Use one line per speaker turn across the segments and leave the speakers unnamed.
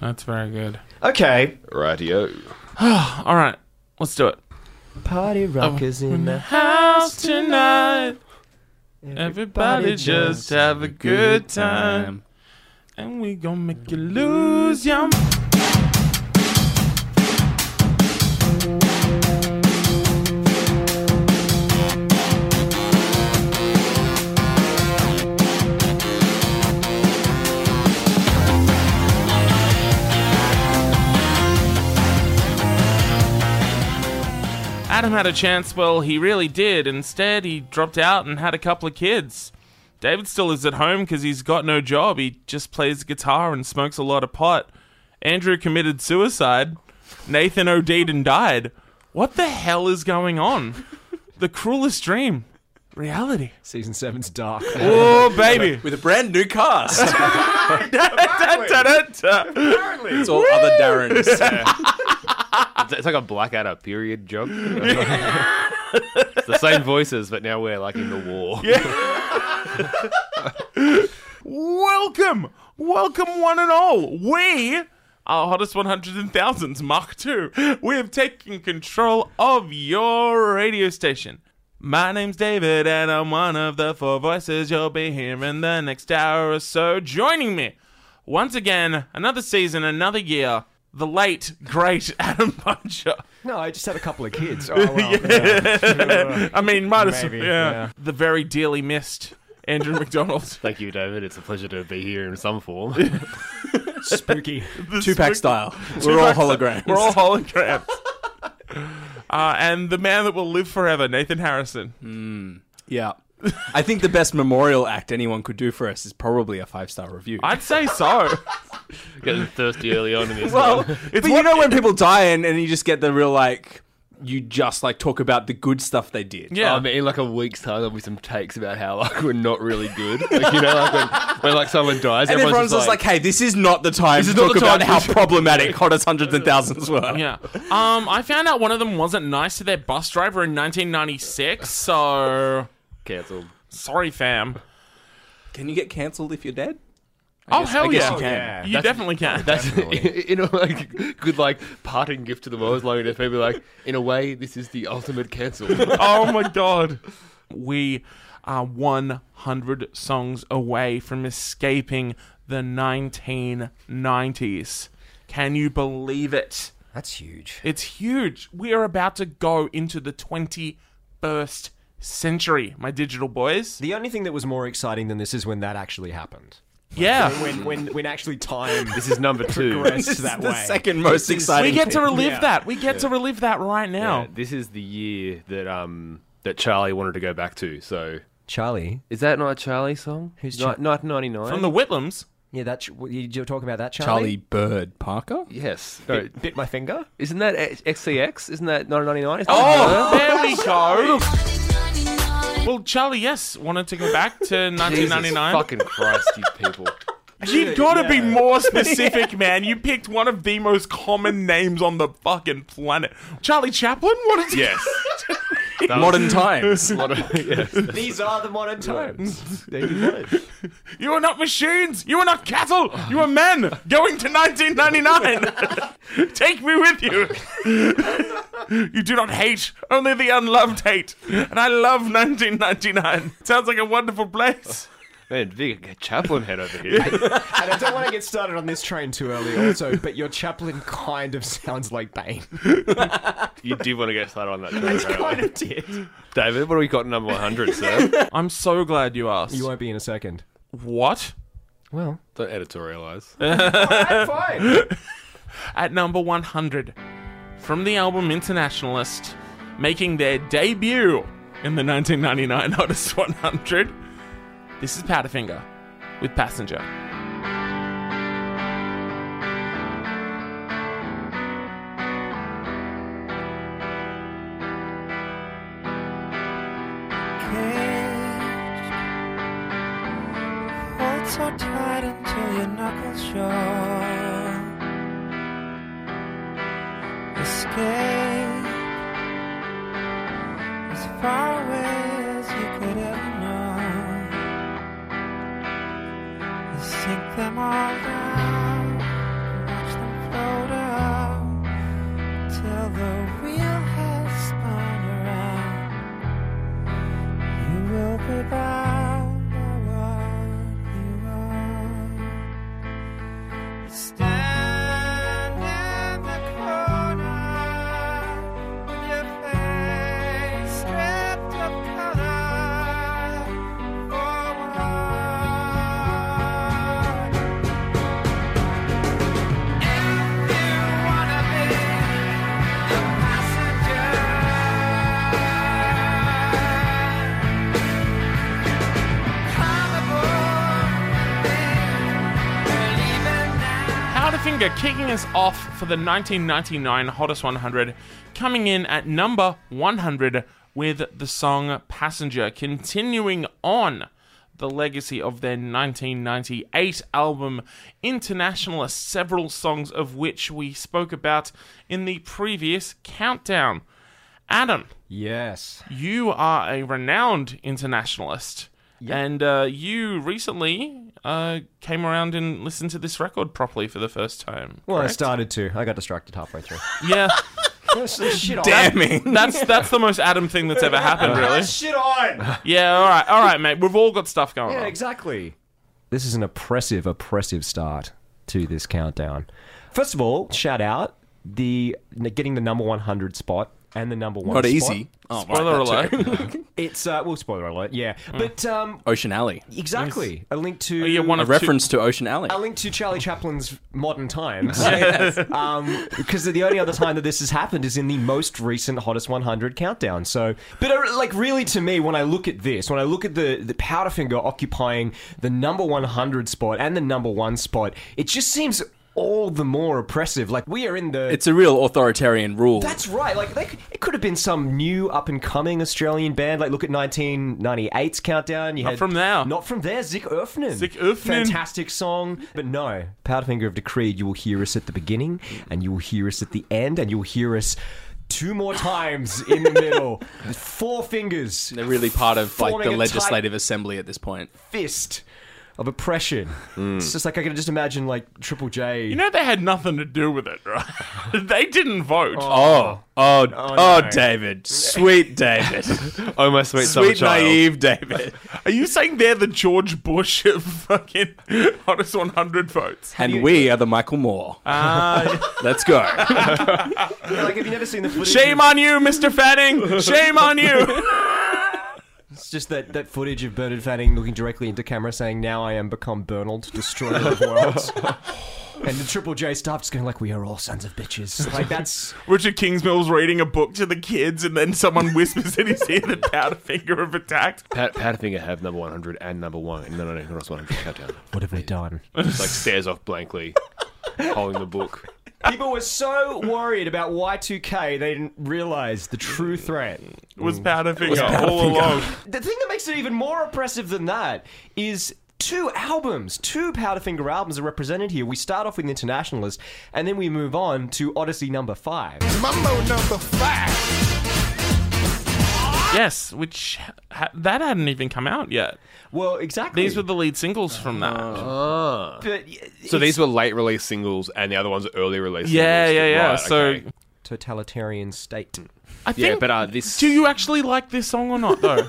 That's very good.
Okay.
Rightio.
All right, let's do it.
Party
Oh.
rockers in the
House tonight.
Mm-hmm.
Everybody just have a good time. And we gonna make you lose your m- Adam had a chance, well, he really did. Instead, he dropped out and had a couple of kids. David still is at home because he's got no job. He just plays guitar and smokes a lot of pot. Andrew committed suicide. Nathan OD'd and died. What the hell is going on? The cruelest dream. Reality.
Season seven's dark.
Oh, baby.
With a brand new cast.
Da-da-da-da.
it's all other Darrens.
It's like a Blackadder period joke. it's the same voices, but now we're like in the war.
Welcome. Welcome, one and all. We are Hottest 100 and Thousands Mark II. We have taken control of your radio station. My name's David, and I'm one of the four voices you'll be hearing the next hour or so. Joining me once again, another season, another year, the late, great Adam Puncher.
no, I just had a couple of kids. Oh, well.
I mean, might as well.
Maybe,
yeah.
yeah.
The very dearly missed Andrew McDonald.
Thank you, David. It's a pleasure to be here in some form.
Spooky.
Two pack style. We're all holograms.
We're all holograms. uh, and the man that will live forever, Nathan Harrison.
Yeah. I think the best memorial act anyone could do for us is probably a five star review.
I'd say so.
Getting thirsty early on in this
well,
one.
it's
Oh, but you
what-
know when people die and, and you just get the real like you just like talk about the good stuff they did.
yeah.
I mean, in like a week's time, there'll be some takes about how like we're not really good. Like you know, like when, when like someone dies,
And everyone's just like, "Hey, this is not the time
is
to
not
talk
the time
about how problematic hottest hundreds and thousands were."
yeah. Um, I found out one of them wasn't nice to their bus driver in 1996, so
cancelled.
sorry, fam.
Can you get cancelled if you're dead?
oh, hell
I guess
yeah.
you can.
yeah.
You
That's-
definitely can.
That's in a like good like parting gift to the world. Like it's maybe like in a way, this is the ultimate cancel.
oh my god. We are 100 songs away from escaping the 1990s. Can you believe it?
That's huge.
It's huge. We are about to go into the 21st century, my digital boys.
The only thing that was more exciting than this is when that actually happened.
Yeah.
When when when actually time
this is number two.
progressed
It's
that
the
way.
second most
We
exciting.
get to
thing.
relive
Yeah.
that. We get to relive that right now.
Yeah, Uh, this is the year that um that Charlie wanted to go back to. So
Charlie.
is that not a Charlie song?
Who's
Ni-
Char-
Not ninety nine.
From the Whitlams.
Yeah, that ch- you you were talking about that
Charlie
Charlie.
Bird Parker.
yes. No,
bit, bit my finger.
isn't that X- XCX? Isn't that 999?
Oh, there we go. Well, Charlie, yes, wanted to go back to 1999.
fucking Christ, you people.
You've got to be more specific, man. You picked one of the most common names on the fucking planet. Charlie Chaplin? What is
Yes.
Modern times.
Lot of- yes.
These are the modern times.
You are not machines. You are not cattle. You are men going to 1999. Take me with you. you do not hate, only the unloved hate. And I love 1999. Sounds like a wonderful place.
Man, big Chaplin head over here.
and I don't want to get started on this train too early, also. But your chaplain kind of sounds like Bane.
You did want to get started on that. Train,
kind
apparently.
of did.
David, what do we got in number 100, sir?
I'm so glad you asked.
You won't be in a second.
what?
Well,
Don't editorialise.
fine.
at number 100 from the album Internationalist, making their debut in the 1999 Hottest 100. This is Powderfinger with Passenger.
Hold so tight until your knuckles show. Escape as far away as you could ever know. You sink them all down. Watch
Hunger kicking us off for the 1999 Hottest 100, coming in at number 100 with the song Passenger, continuing on the legacy of their 1998 album Internationalist, several songs of which we spoke about in the previous countdown. Adam,
Yes.
you are a renowned internationalist. And uh, you recently uh, came around and listened to this record properly for the first time.
Well, I
correct?
started to. I got distracted halfway through.
Yeah,
shit Ah,
Damning.
that's that's the most Adam thing that's ever happened, really.
Shit on.
Yeah, all right, all right, mate. We've all got stuff going
yeah,
on.
exactly. This is an oppressive, oppressive start to this countdown. First of all, shout out the getting the number one hundred spot and the number one.
Not
spot.
easy. Oh, right,
Spoiler
that's
alert.
right.
It's uh, well, spoiler alert. Yeah, but um,
Ocean Alley.
exactly a link to
You're one
A
of two-
reference to Ocean Alley.
a link to Charlie Chaplin's Modern Times. Um, because the only other time that this has happened is in the most recent Hottest 100 countdown. So, but uh, like really to me, when I look at this, when I look at the, the Powderfinger occupying the number 100 spot and the number one spot, it just seems all the more oppressive. Like we are in the.
It's a real authoritarian rule.
that's right. Like they, could- it could have been some new up and coming Australian band. Like look at 1998's countdown. You not
from there.
Not from there. Zick Erfnen.
Zick Erfnen.
Fantastic song. But no, Powderfinger of Decreed. You will hear us at the beginning, and you will hear us at the end, and you will hear us two more times in the middle. Four fingers,
They're really part of like
Forming a
the legislative assembly at this point.
fist of oppression. It's just like I can just imagine like Triple J.
Mm. You know they had nothing to do with it, right? they didn't vote.
Oh, oh, oh,
no.
David, sweet David,
Oh my sweet, summer
sweet
child.
naive David,
Are you saying they're the George Bush of fucking hottest 100 votes?
and we are the Michael Moore. Let's go.
like have you never seen the footage? of-
Shame on you, Mr. Fanning. Shame on you.
It's just that, that footage of Bernard Fanning looking directly into camera saying, Now I am become Bernald, destroyer of worlds. and the Triple J staff just going, like, We are all sons of bitches. Like, that's.
Richard Kingsmill's reading a book to the kids, and then someone whispers in his ear that Powderfinger have attacked.
Pat, Powderfinger have number 100 and number one in the 1900 countdown.
What have we done?
Just like stares off blankly, holding the book.
People were so worried about Y2K, they didn't realize the true threat.
Was Powderfinger all along?
The thing that makes it even more oppressive than that is. Two albums, two Powderfinger albums are represented here. We start off with Internationalist, and then we move on to Odyssey number five.
Yes, which ha- that hadn't even come out yet.
Well, exactly.
These were the lead singles from that.
But-
So these were late release singles, and the other ones are early release.
yeah,
singles.
yeah, yeah.
Right,
so
okay.
totalitarian state.
I think.
yeah, but uh, this
do you actually like this song or not, though?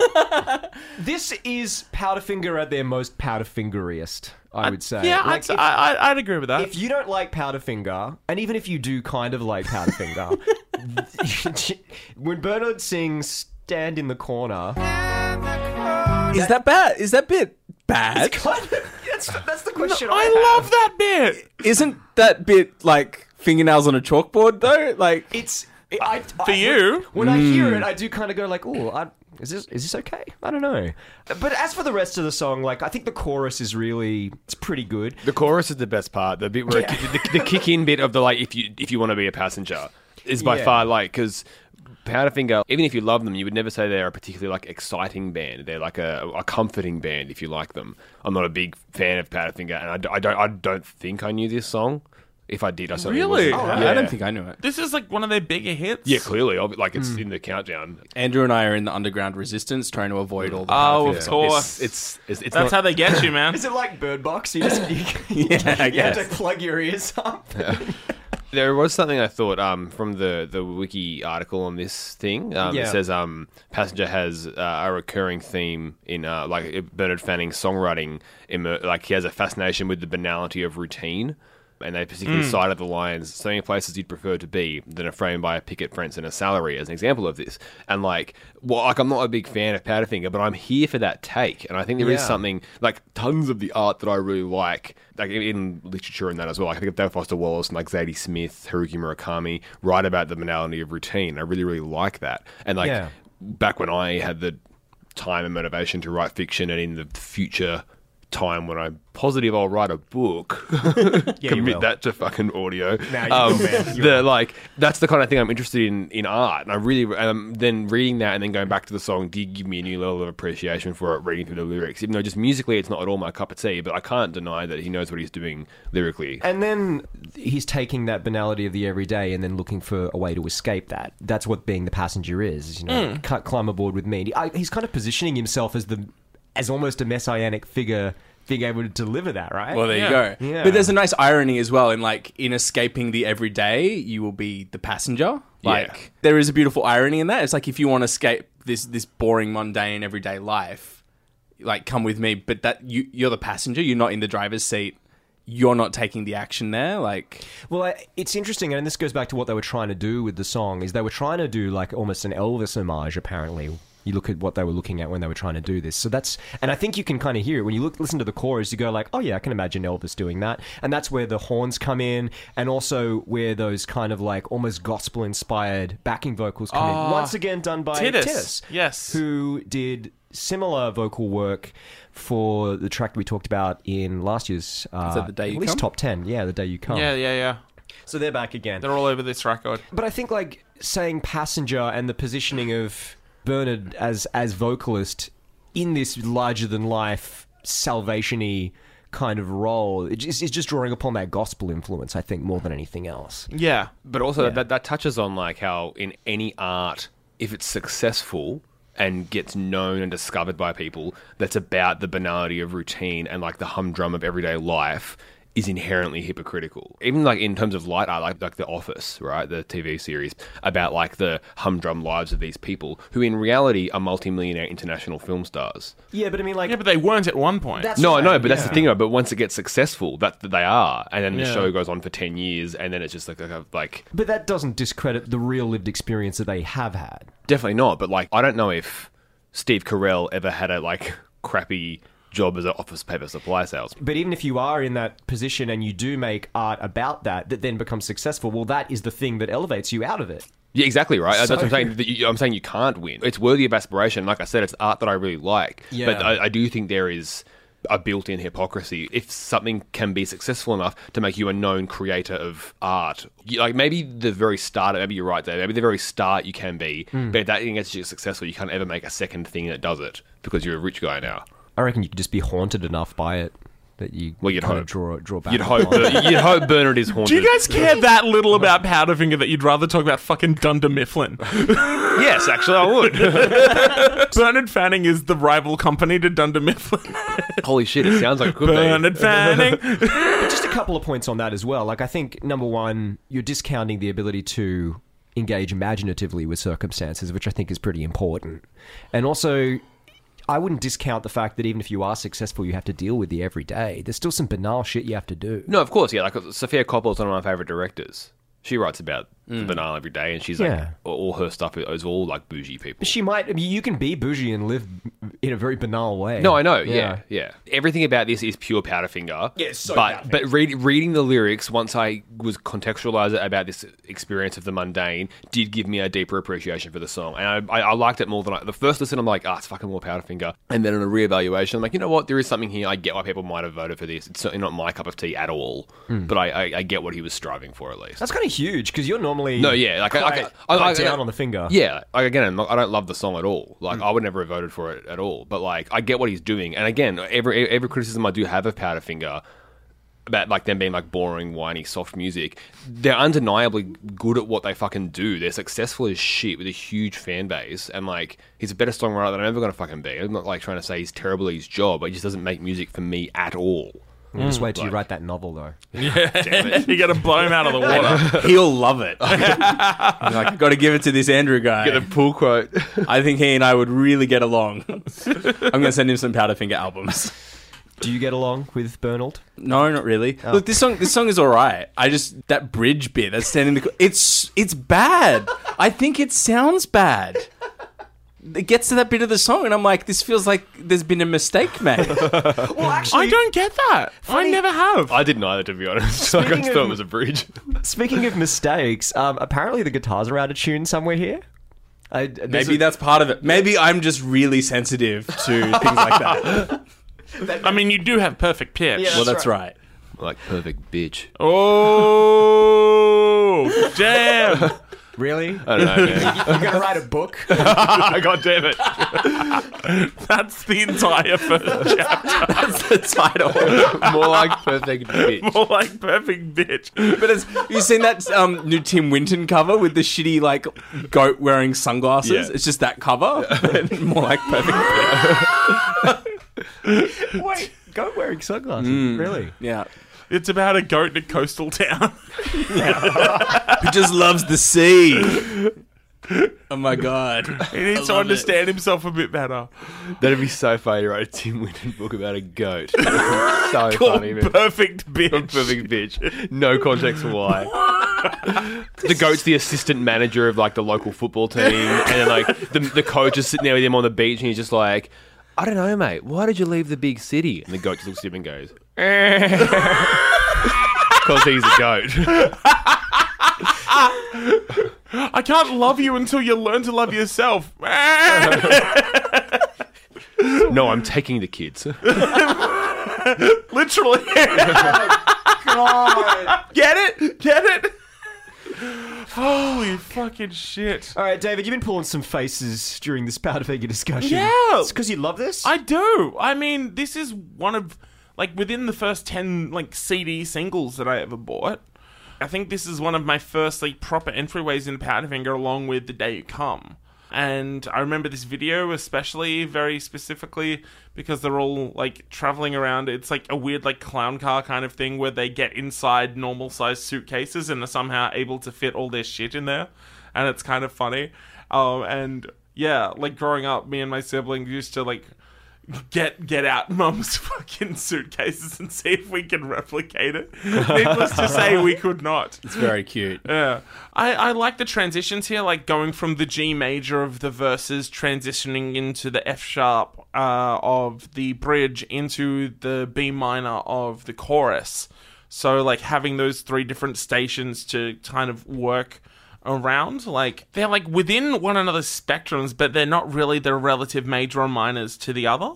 This is Powderfinger at their most Powderfingeriest, I would say.
yeah,
Like,
I'd, I, I- I'd agree with that.
if, if you don't like Powderfinger, and even if you do kind of like Powderfinger, when Bernard sings "Stand in the Corner,"
Is that bad? Is that bit bad?
that's, that's the question.
I love that bit.
Isn't that bit like fingernails on a chalkboard though? Like,
it's I, for
you?
When I hear it, I do kind of go like, "Oh, I- is this is this okay? I don't know." But as for the rest of the song, like I think the chorus is really it's pretty good.
the chorus is the best part. The bit where it, the, the kick in bit of the like, if you if you want to be a passenger, is by
Yeah.
far like because. Powderfinger, even if you love them, you would never say they're a particularly like exciting band. They're like a, a comforting band if you like them. I'm not a big fan of Powderfinger, and I, d- I don't I don't think I knew this song. If I did, I certainly
Really?
wasn't.
Oh,
I don't think I knew it.
This is like one of their bigger hits.
Yeah, clearly, ob- like it's in the countdown.
Andrew and I are in the underground resistance, trying to avoid all the.
Oh,
Powderfinger
of
songs.
course.
It's it's, it's
That's
not,
how they get you, man.
Is it like Bird Box? You just you,
Yeah, I
you have to
guess.
plug your ears up.
There was something I thought um, from the, the wiki article on this thing. Um,
Yeah.
It says um, Passenger has uh, a recurring theme in uh, like Bernard Fanning's songwriting. Immer- like he has a fascination with the banality of routine. And they particularly cited the lines, so many places you'd prefer to be than a frame by a picket fence and a salary as an example of this. And like, well, like I'm not a big fan of Powderfinger, but I'm here for that take. And I think there is
Yeah.
something like tons of the art that I really like, like in- in literature and that as well. Like, I think of Dave Foster Wallace and like Zadie Smith, Haruki Murakami, write about the banality of routine. I really, really like that. And like
Yeah.
back when I had the time and motivation to write fiction and in the future time when I'm positive I'll write a book,
Yeah, you will.
commit that to fucking audio.
Nah, you
um,
will, man. You
the, like that's the kind of thing I'm interested in in art, and I really um, then reading that and then going back to the song did give me a new level of appreciation for it. Reading through the lyrics, even though just musically it's not at all my cup of tea, but I can't deny that he knows what he's doing lyrically.
And then he's taking that banality of the everyday and then looking for a way to escape that. That's what being the passenger is. You know, can't climb aboard with me. I, he's kind of positioning himself as the as almost a messianic figure, being able to deliver that. Right.
Well, there
Yeah.
you go.
Yeah.
But there's a nice irony as well in like in escaping the everyday, you will be the passenger. Like
Yeah.
there is a beautiful irony in that. It's like if you want to escape this this boring, mundane, everyday life, like come with me. But that you you're the passenger. You're not in the driver's seat. You're not taking the action there. Like
Well, I- it's interesting, and this goes back to what they were trying to do with the song. Is they were trying to do like almost an Elvis homage. Apparently, you look at what they were looking at when they were trying to do this. So that's, and I think you can kind of hear it when you look, listen to the chorus. You go like, oh yeah, I can imagine Elvis doing that, and that's where the horns come in, and also where those kind of like almost gospel inspired backing vocals come
Ah,
in. Once again, done by
Titus.
Titus,
Yes.
who did. Similar vocal work for the track we talked about in last year's uh,
that The Day You
at least
Come?
top ten, yeah, the day you come.
Yeah, yeah, yeah.
So they're back again.
They're all over this record.
But I think like saying passenger and the positioning of Bernard as as vocalist in this larger than life salvation-y kind of role it just, it's just drawing upon that gospel influence I think more than anything else.
Yeah.
But also that that touches on like how in any art, if it's successful and gets known and discovered by people, that's about the banality of routine and like the humdrum of everyday life is inherently hypocritical. Even like in terms of light art, like like The Office, right? The TV series about like the humdrum lives of these people who in reality are multimillionaire international film stars.
Yeah, but I mean like
Yeah, but they weren't at one point.
that's
No,
right,
no, but that's the
yeah.
thing. though, But once it gets successful, that that they are, and then
Yeah.
the show goes on for ten years, and then it's just like like, like
But that doesn't discredit the real lived experience that they have had.
Definitely not. But like, I don't know if Steve Carell ever had a like crappy job as an office paper supply salesman.
But even if you are in that position and you do make art about that that then becomes successful, well that is the thing that elevates you out of it.
Yeah, exactly right. That's what I'm
So-
saying. that you- I'm saying you can't win. It's worthy of aspiration. Like I said, it's art that I really like.
Yeah.
But I, I do think there is a built-in hypocrisy if something can be successful enough to make you a known creator of art you, like maybe the very start maybe you're right there maybe the very start you can be
Hmm.
but if that thing gets you successful you can't ever make a second thing that does it because you're a rich guy now
I reckon you could just be haunted enough by it that you
Well, you'd
kind
hope.
of draw draw back.
you'd hope
upon it.
Ber- you'd hope Bernard is haunted
Do you guys care that little about Powderfinger that you'd rather talk about fucking Dunder Mifflin?
Yes, actually, I would.
Bernard Fanning is the rival company to Dunder Mifflin.
Holy shit! It sounds like it could
Bernard Fanning.
But just a couple of points on that as well. Like I think number one, you're discounting the ability to engage imaginatively with circumstances, which I think is pretty important. And also I wouldn't discount the fact that even if you are successful, you have to deal with the everyday. There's still some banal shit you have to do.
No, of course, yeah. Like Sophia Coppola is one of my favorite directors. She writes about the banal every day, and she's like,
Yeah.
all her stuff is all like bougie people.
But She might. I mean, you can be bougie and live in a very banal way.
No, I know. Yeah, yeah. Everything about this is pure Powderfinger.
Yeah, it's so
but
Powderfinger.
but read, reading the lyrics once I was contextualized about this experience of the mundane did give me a deeper appreciation for the song, and I, I, I liked it more than I, the first listen. I'm like, ah, it's fucking more Powderfinger, and then on a reevaluation, I'm like, you know what? There is something here. I get why people might have voted for this. It's certainly not my cup of tea at all, but I, I, I get what he was striving for at least.
Hmm. That's kind of huge because you're normally
no, yeah, like I-
quite,
like, I, I,
quite
I-
down on the finger.
yeah, like again, I'm not- I don't love the song at all. Like I would never have voted for it at all. But like I get what he's doing, and again, every e, every criticism I do have of Powderfinger about like them being like boring, whiny, soft music, they're undeniably good at what they fucking do. They're successful as shit with a huge fan base, and like he's a better songwriter than I'm ever gonna fucking be. I'm not like trying to say he's terrible at his job, but he just doesn't make music for me at all.
Just wait till
Mm.
you write that novel, though.
Damn it.
you gotta blow him out of the water.
he'll love it. like got to give it to this Andrew guy.
Get a pull quote.
I think he and I would really get along. I'm gonna send him some Powderfinger albums.
Do you get along with Bernald?
No, not really. Look, this song this song is all right. I just that bridge bit that's standing the it's it's bad. I think it sounds bad. It gets to that bit of the song and I'm like, this feels like there's been a mistake made.
Well, actually,
I don't get that. I
Funny-
never have.
I didn't either, to be honest. like I
Speaking
just thought
of-
it was a bridge.
Speaking of mistakes, um, apparently the guitars are out of tune somewhere here. I,
Maybe that's part of it. Maybe I'm just really sensitive to things like that.
I mean, you do have perfect pitch.
Yeah.
well, that's right.
Like perfect bitch.
Oh, damn.
Really?
I don't know, man.
You're gonna write a book?
God damn it.
That's the entire first chapter.
That's the title.
More like perfect bitch.
More like perfect bitch.
But it's, you seen that um, new Tim Winton cover with the shitty like goat wearing sunglasses?
Yeah.
It's just that cover, but more like perfect.
Wait, goat wearing sunglasses.
Hmm.
Really?
Yeah,
It's about a goat in a coastal town.
who just loves the sea. Oh my god!
He needs to
love
understand himself a bit better.
That'd be so funny to write a Tim Winton book about a goat. so funny, man.
Perfect bitch.
Perfect bitch. No context for why. the goat's the assistant manager of like the local football team, and then, like the, the coach is sitting there with him on the beach, and he's just like, "I don't know, mate. Why did you leave the big city?" And the goat just looks at him and goes, "Cause he's a goat."
I can't love you until you learn to love yourself.
no, I'm taking the kids.
Literally. Get it? Get it? Holy fucking shit.
All right, David, you've been pulling some faces during this powder figure discussion.
Yeah.
It's because you love this?
I do. I mean, this is one of like within the first 10 like CD singles that I ever bought. I think this is one of my first like proper entryways in Powderfinger along with The Day You Come. And I remember this video especially very specifically because they're all like traveling around. It's like a weird like clown car kind of thing where they get inside normal sized suitcases and are somehow able to fit all their shit in there. And it's kind of funny. Um, and yeah, like growing up, me and my siblings used to like get get out mum's fucking suitcases and see if we can replicate it. Needless to say, we could not.
It's very cute.
Yeah, I, I like the transitions here, like going from the G major of the verses, transitioning into the F sharp uh, of the bridge, into the B minor of the chorus. So, like having those three different stations to kind of work around, like they're like within one another's spectrums, but they're not really the relative major or minors to the other.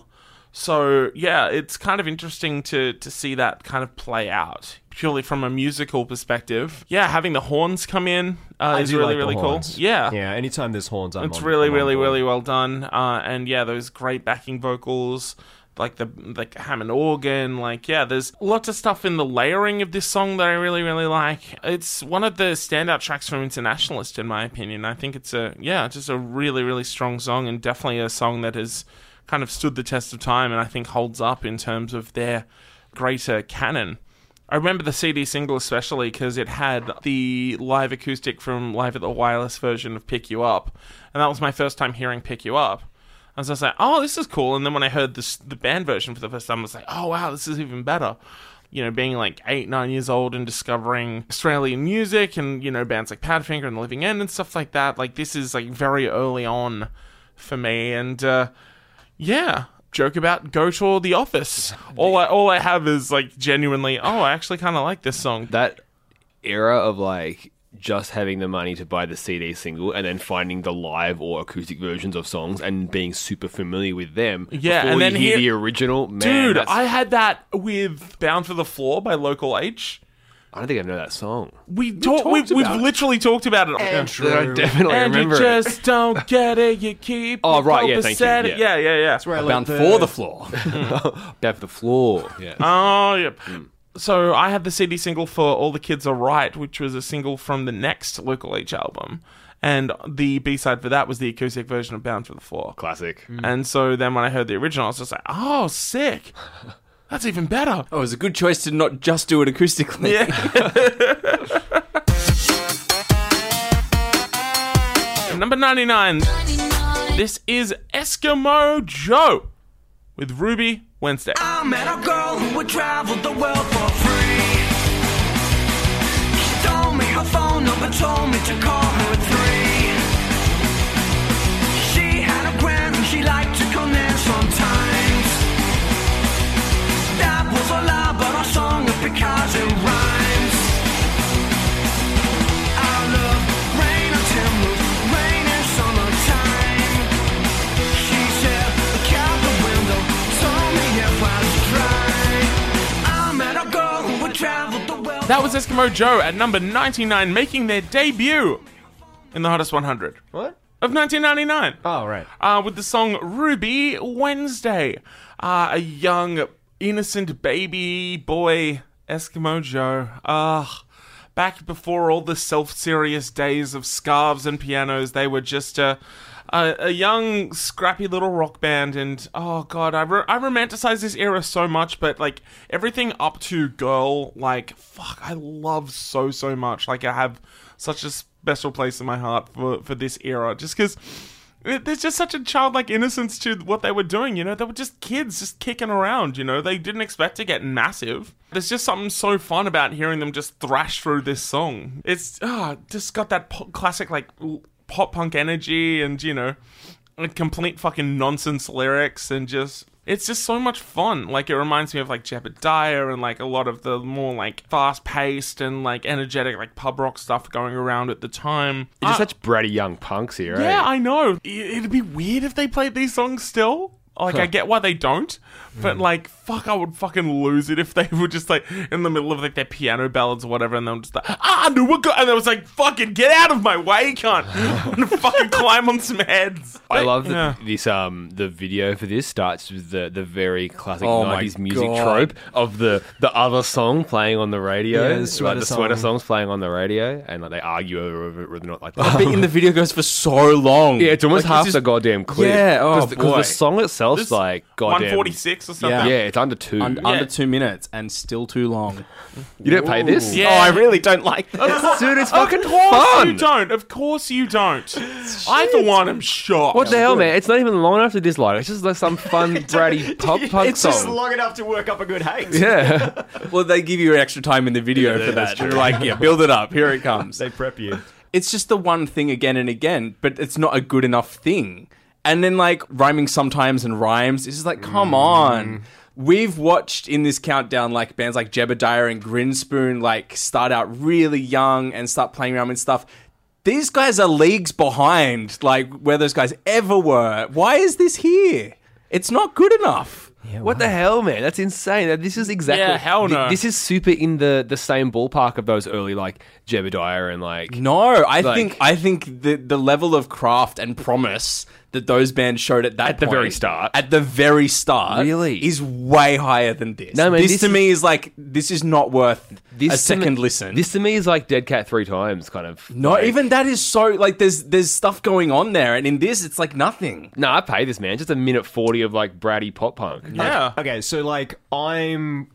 So yeah, it's kind of interesting to to see that kind of play out purely from a musical perspective. Yeah, having the horns come in uh,
I
is
do
really
like the
really
horns.
cool. Yeah.
Yeah, anytime there's horns, I'm
It's
on-
really,
I'm on
really,
board.
really well done, uh, and yeah, those great backing vocals, like the like Hammond organ, like yeah, there's lots of stuff in the layering of this song that I really, really like. It's one of the standout tracks from Internationalist, in my opinion. I think it's a yeah, just a really, really strong song, and definitely a song that has kind of stood the test of time, and I think holds up in terms of their greater canon. I remember the CD single especially because it had the live acoustic from Live at the Wireless version of Pick You Up. And that was my first time hearing Pick You Up. I was just like, oh, this is cool. And then when I heard this, the band version for the first time, I was like, oh, wow, this is even better. You know, being like eight, nine years old and discovering Australian music and, you know, bands like Padfinger and The Living End and stuff like that. Like, this is like very early on for me. And, uh, yeah joke about go tour the office all i all i have is like genuinely oh i actually kind of like this song
that era of like just having the money to buy the CD single and then finding the live or acoustic versions of songs and being super familiar with them.
Yeah,
before
and then
you hear
hear-
the original. Man,
dude
that's-
i had that with bound for the floor by local h
I don't think I know that song.
we talk, we've, we've literally talked about it and,
But I definitely remember
you
it.
just don't get it you keep
Oh, right, yeah,
overset
thank you,
it. yeah
yeah.
yeah yeah
Where I
Bound
let
for the floor.
Down for the floor. Yeah.
Oh, yep.
Hmm.
So I had the CD single for All the Kids Are Right, which was a single from the next Local H album. And the B side for that was the acoustic version of Bound for the Floor.
Classic.
And so then when I heard the original, I was just like, oh, sick. That's even better.
Oh, it was a good choice to not just do it acoustically.
Number 99. This is Eskimo Joe with Ruby Wednesday.
I met a girl who would travel the world for free. She told me her phone number, told me to call her at three. She had a grand and she liked to come there sometimes. That was a lie, but I sung it because it rhymes. I love rain until moon, rain in summertime. She said, look out the window, tell me if I
That was Eskimo Joe at number 99, making their debut in the Hottest 100
What?
of 1999
Oh, right.
uh, with the song Ruby Wednesday. Uh, a young, innocent baby boy, Eskimo Joe. Ah, back before all the self serious days of scarves and pianos, they were just a. A, a young, scrappy little rock band, and oh god, I, ro- I romanticize this era so much, but like everything up to girl, like fuck, I love so so much. Like I have such a special place in my heart for for this era, just because it- There's just such a childlike innocence to what they were doing, you know? They were just kids just kicking around, you know? They didn't expect to get massive. There's just something so fun about hearing them just thrash through this song. It's ah, just got that po- classic, like, l- pop punk energy and, you know, like, complete fucking nonsense lyrics and just. It's just so much fun. Like, it reminds me of, like, Jebediah and, like, a lot of the more, like, fast paced and, like, energetic, like, pub rock stuff going around at the time.
You're
I-
just such bratty young punks here,
Uh, yeah,
eh?
I know. I- It'd be weird if they played these songs still. Like, I get why they don't,
Hmm.
but like, fuck, I would fucking lose it if they were just like in the middle of like their piano ballads or whatever, and they were just like, ah, no, we're good. And I was like, fucking get out of my way, cunt. I'm gonna fucking climb on some heads.
I love that
Yeah.
this um the video for this starts with the, the very classic
Oh my
90s music
God.
trope of the, the other song playing on the radio,
Yeah, the
like
sweater
the sweater
song.
songs playing on the radio, and like they argue over whether or not like
Bit in the video goes for so long.
Yeah, it's almost
Like,
half
this
the
is
goddamn clip.
Yeah, oh,
Cause, the- 'cause
boy.
the song itself's
This-
like goddamn
146 or something.
Yeah, it's under two.
un-
Yeah.
Under two minutes and still too long.
you don't play this?
Yeah.
Oh, I really don't like this. Oh,
dude, it's fucking
Of course you
fun.
don't. Of course you don't. I, for one, am shocked.
What the hell, man? It's not even long enough to dislike. It's just like some fun bratty pop punk
It's
song.
just
Long enough to work up a Oh, good hate.
yeah,
Well, they give you extra time in the video for that. You're like, yeah, build it up. Here it comes.
They prep you.
it's just the one thing again and again, but it's not a good enough thing. And then like rhyming sometimes and rhymes, it's just like, come on. We've watched in this countdown like bands like Jebediah and Grinspoon like start out really young and start playing around with stuff. These guys are leagues behind like where those guys ever were. Why is this here? It's not good enough.
what the hell, man? That's insane. That- This is exactly.
Yeah, hell
thi-
no.
This is super in the the same ballpark of those early like Jebediah and like.
No, I
Like-
think I think the the level of craft and promise that those bands showed at that
At the
point-
very start.
at the very start,
Really?
is way higher than this.
No, man,
this,
this
to
is-
me is like this is not worth
This
a
to me-
second listen.
This to me is like Dead Cat three times, kind of.
no,
like-
even that is so like there's there's stuff going on there, and in this it's like nothing.
No, I pay this man. Just a minute forty of like bratty pop punk.
Yeah.
Okay, so like I'm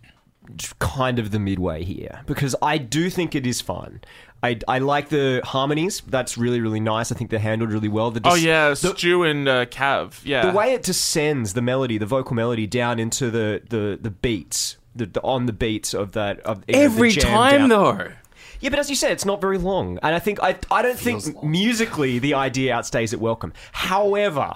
kind of the midway here because I do think it is fun. I, I like the harmonies. That's really really nice. I think they're handled really well. The
Oh,
dis-
yeah,
the,
Stu and uh, Cav. Yeah.
the way it descends the melody, the vocal melody down into the the the beats, the, the on the beats of that of you know, the
Every
jam down-
time though.
Yeah, but as you said, it's not very long, and I think I I don't think musically the idea outstays it. Welcome. However,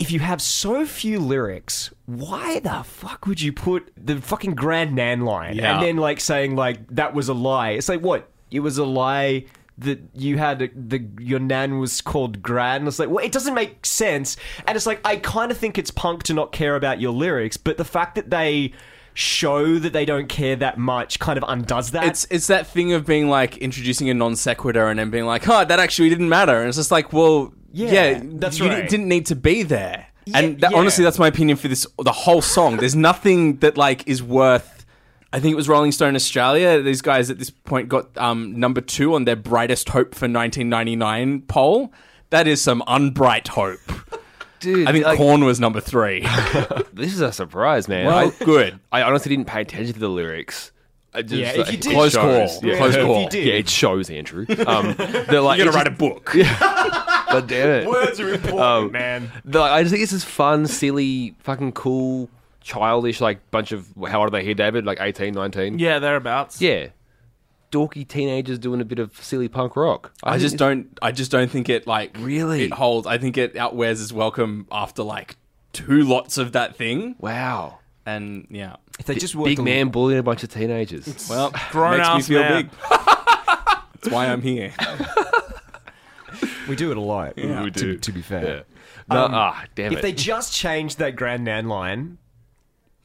if you have so few lyrics, why the fuck would you put the fucking Grand Nan line
Yeah.
and then like saying like that was a lie? It's like what it was a lie that you had a, the your nan was called Gran. It's like well, it doesn't make sense, and it's like I kind of think it's punk to not care about your lyrics, but the fact that they show that they don't care that much kind of undoes that.
It's it's that thing of being like introducing a non sequitur and then being like, oh, that actually didn't matter. And it's just like, well, yeah,
Yeah, that's
you di-
right.
didn't need to be there. and that,
yeah.
honestly, that's my opinion for this the whole song. There's nothing that like is worth. I think it was Rolling Stone Australia. These guys at this point got um, number two on their brightest hope for 1999 poll. That is some unbright hope.
Dude,
I think
like,
Corn was number three.
this is a surprise, man.
well,
I-
good.
I honestly didn't pay attention to the lyrics. I just,
Yeah, if you
it
did-
Close
shows.
call. Close
if you
call.
did.
Yeah, it shows, Andrew. Um, they're like,
You're
it's
gonna write a
just-
book.
God damn it.
Words are important,
Oh.
man.
They're like, I just think this is fun, silly, fucking cool, childish, like bunch of, how old are they here, David? Like 18, 19?
yeah, thereabouts.
Yeah. Dorky teenagers doing a bit of silly punk rock.
I
think
just
it's-
don't. I just don't think it like
Really?
it holds. I think it outwears its welcome after like two lots of that thing.
Wow.
And yeah,
If they just worked
Big
a-
man bullying a bunch of teenagers.
well,
Grown
makes me
ass
feel
man.
big. That's why I'm here.
we do it a lot.
We
to,
do.
to be fair.
No,
Um,
ah, damn
If
it.
they just changed that Grand Nan line,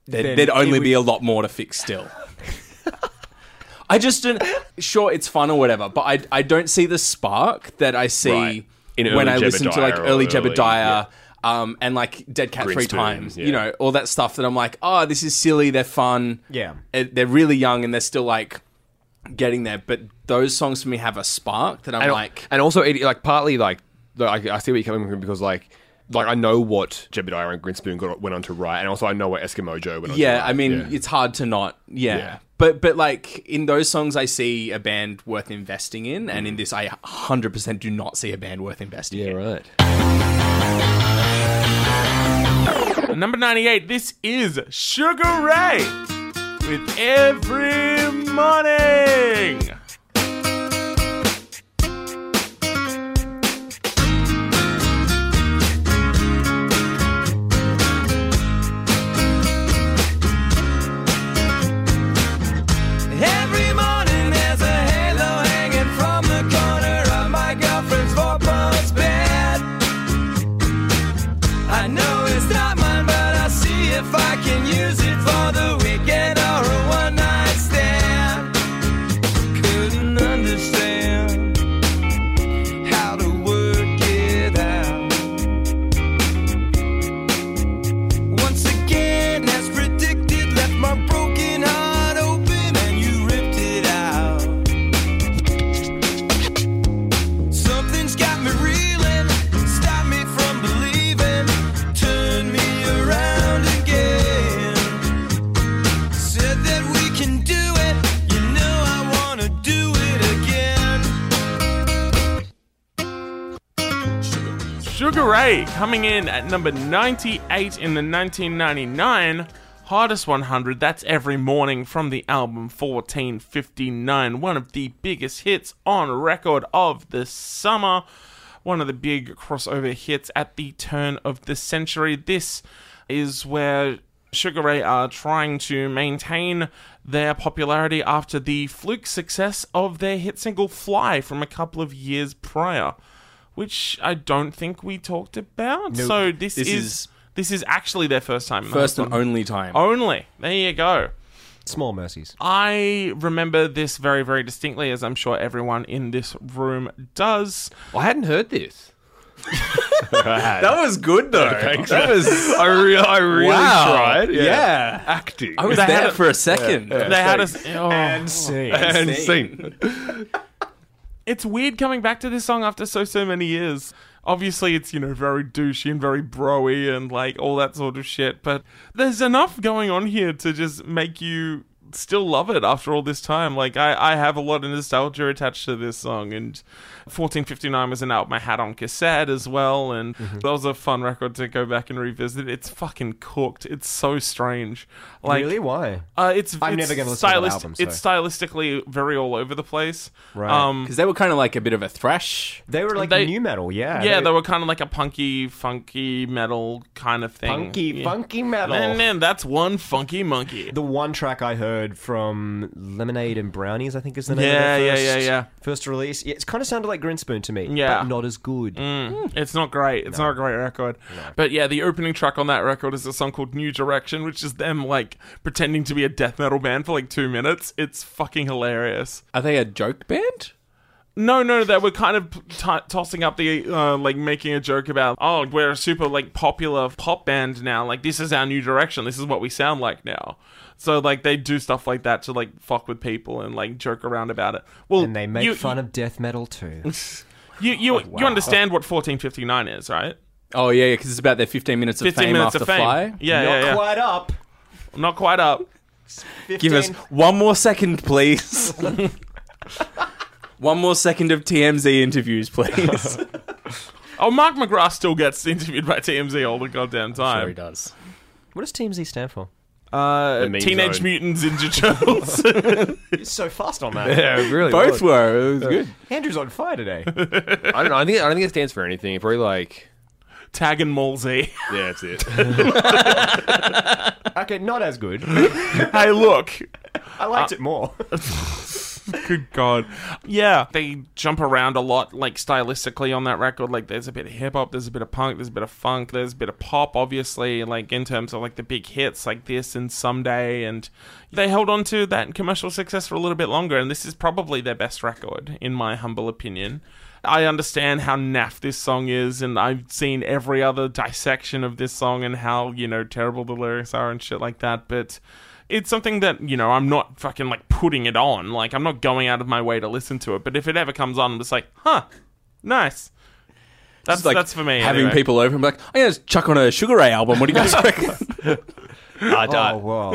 There'd,
Then
there'd
it
only
would-
be a lot more to fix still. I just don't. Sure, it's fun or whatever, but I I don't see the spark that I see
Right. In
when
early
I listen to like
Jebediah or
early
early-
Jebediah. Um, and like Dead Cat Three
Grinspoons,
Times,
yeah.
you know, all that stuff that I'm like, oh, this is silly, they're fun.
Yeah.
Uh, They're really young and they're still like getting there. But those songs for me have a spark that I'm
and,
like,
and also it, like partly like though, I, I see where you're coming from because like like I know what Jebediah and Grinspoon got, went on to write, and also I know what Eskimo Joe went on. to
yeah,
write.
I mean,
yeah.
it's hard to not, yeah.
Yeah.
But but like in those songs, I see a band worth investing in, and in this, I 100% do not see a band worth investing in.
right.
Number 98, this is Sugar Ray with Every Morning.
Every morning there's a halo hanging from the corner of my girlfriend's four pounds bed. I know it's not mine, but I'll see if I can use it for the weekend or a one night stand. Couldn't understand how to work it out. Once again, as predicted, left my broken heart open and you ripped it out. Something's got me reeling, stopped me from believing, turned me around again. Said that we can do it, you know I wanna do it again.
Sugar Ray coming in at number 98 in the 1999 Hardest 100. That's Every Morning from the album 1459, one of the biggest hits on record of the summer. One of the big crossover hits at the turn of the century. This is where Sugar Ray are trying to maintain their popularity after the fluke success of their hit single Fly from a couple of years prior which I don't think we talked about. So this,
This
is,
is-
this is actually their first time. in the
First
Hot
and only time.
One. only. There you go.
Small mercies.
I remember this very, very distinctly, as I'm sure everyone in this room does.
I hadn't heard this. I had.
That was good though.
that was I, re- I really
Wow.
tried. Yeah.
Yeah.
Acting.
I was
They had
there
a-
for a second.
They had us. Oh.
and sing.
it's weird coming back to this song after so so many years. Obviously, it's you know very douchey and very broy and like all that sort of shit. But there's enough going on here to just make you still love it after all this time. Like I, I have a lot of nostalgia attached to this song, and 1459 was an album I had on cassette as well, and
Mm-hmm.
that was a fun record to go back and revisit. It's fucking cooked. It's so strange. Like
really? Why?
Uh, it's
I'm
it's
never gonna listen to that
stylist-
album, so.
It's stylistically very all over the place.
Right.
Um,
Because they were kind of like a bit of a thrash.
They were like
they-
new metal, yeah.
yeah, they were kind of like a punky, funky metal kind of thing.
funky,
yeah.
funky metal.
Man, man, that's one funky monkey.
The one track I heard from Lemonade and Brownies, I think is the name
Yeah,
of their
yeah,
first,
yeah, yeah.
first release. Yeah, it's kind of sounded like Grinspoon to me,
Yeah. Mm.
but not as good.
It's not great. It's not a great record. But yeah, the opening track on that record is a song called New Direction, which is them like pretending to be a death metal band for like two minutes. It's fucking hilarious.
Are they a joke band?
No, no, they were kind of t- tossing up the uh, like making a joke about oh we're a super like popular pop band now. Like this is our new direction. This is what we sound like now. So like they do stuff like that to like fuck with people and like joke around about it. Well,
And they make
you,
fun of death metal too.
you. You, you understand what fourteen fifty nine is, right?
Oh yeah, because it's about their 15 minutes of
Fifteen
fame
minutes
after
of fame.
Fly.
Yeah, yeah, yeah.
quite up.
Not quite up.
Give us one more second, please. one more second of TMZ interviews, please.
Oh, Mark McGrath still gets interviewed by TMZ all the goddamn
Sure he
time.
does.
What does TMZ stand for?
Uh,
The meme
Teenage
zone.
Mutants Ninja Turtles.
It's so fast on that.
Yeah, really.
Both were. It was good.
Andrew's on fire today.
I don't know. I think I don't think it stands for anything. It probably like
Tag and Malsey.
yeah, that's it. Uh,
okay, not as good.
hey, look. Uh,
I liked it more.
Good God. Yeah, they jump around a lot, like stylistically on that record. Like, there's a bit of hip hop, there's a bit of punk, there's a bit of funk, there's a bit of pop, obviously, like in terms of like the big hits like this and Someday. And they held on to that commercial success for a little bit longer. And this is probably their best record, in my humble opinion. I understand how naff this song is, and I've seen every other dissection of this song and how, you know, terrible the lyrics are and shit like that, but it's something that, you know, I'm not fucking like putting it on. Like, I'm not going out of my way to listen to it, but if it ever comes on, I'm just like, huh, nice. That's,
It's like
that's for me.
Having
anyway.
people over and be like, I'm going to chuck on a Sugar Ray album. What do you guys reckon?
Uh, d-
Oh
uh,
wow!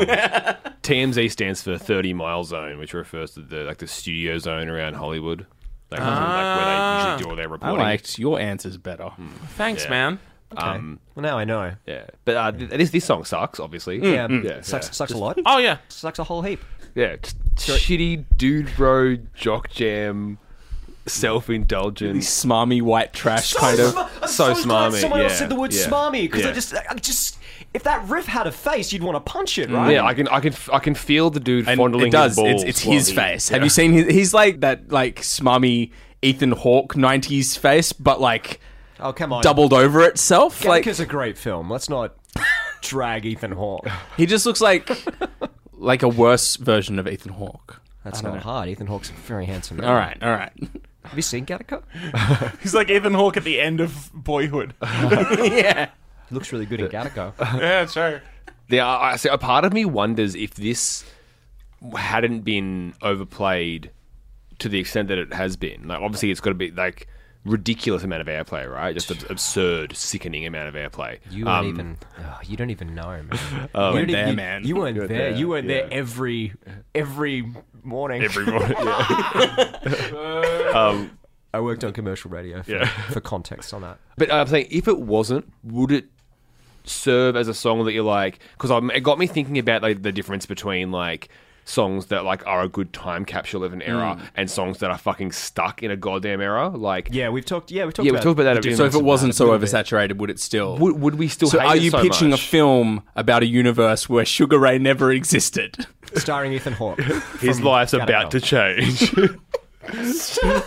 TMZ stands for 30 Mile Zone, which refers to the like the studio zone around Hollywood. Like, like where they usually do all their
I
reporting.
liked your answers better.
Thanks,
Yeah.
man.
Um,
well, now I know.
yeah, but uh, th- this this song sucks, obviously.
Yeah,
yeah,
sucks,
yeah.
sucks a lot.
Oh, yeah.
Sucks a whole heap.
Yeah, just shitty dude bro jock jam, self
The
indulgent.
smarmy white trash kind of.
sma- I'm
so
glad
smarmy,
Someone else
yeah,
said the word
yeah,
smarmy because I
yeah.
just, I just, if that riff had a face, you'd want to punch it, right?
Yeah, I can I can f- I can feel the dude
And
fondling
it does.
his balls.
it's it's
while
his
he-
face.
yeah.
Have you seen his? He's like that, like smarmy Ethan Hawke '90s face, but like
Oh come on,
doubled over itself.
Like,
Like
is a great film. Let's not drag Ethan Hawke.
he just looks like like a worse version of Ethan Hawke.
That's not hard. Ethan Hawke's a very handsome. Man.
All right, all right.
Have you seen Gattaca?
He's like Ethan Hawke at the end of Boyhood.
yeah.
He looks really good in Gattaca.
yeah, sure.
There, are, I see, a part of me wonders if this hadn't been overplayed to the extent that it has been. Like, obviously, it's got to be like ridiculous amount of airplay, right? Just ab- absurd, sickening amount of airplay.
You
Um, Oh,
weren't even. Oh, you don't even know, man. you
weren't
don't
there,
you,
man.
You weren't there.
there,
You weren't there
yeah.
every every morning.
every morning. Yeah.
I worked on commercial radio for,
Yeah.
for context on that.
But uh, I'm saying, if it wasn't, would it serve as a song that you're like? Because it got me thinking about like, the difference between like songs that like are a good time capsule of an era
Mm.
and songs that are fucking stuck in a goddamn era. Like,
Yeah, we've talked. Yeah, we've talked.
yeah, we
about
talked about that.
So if it wasn't so
bit.
oversaturated, would it still?
would, would we still?
so
hate
are
it
you
so
pitching
much?
a film about a universe where Sugar Ray never existed?
starring Ethan Hawke.
His life's about to change.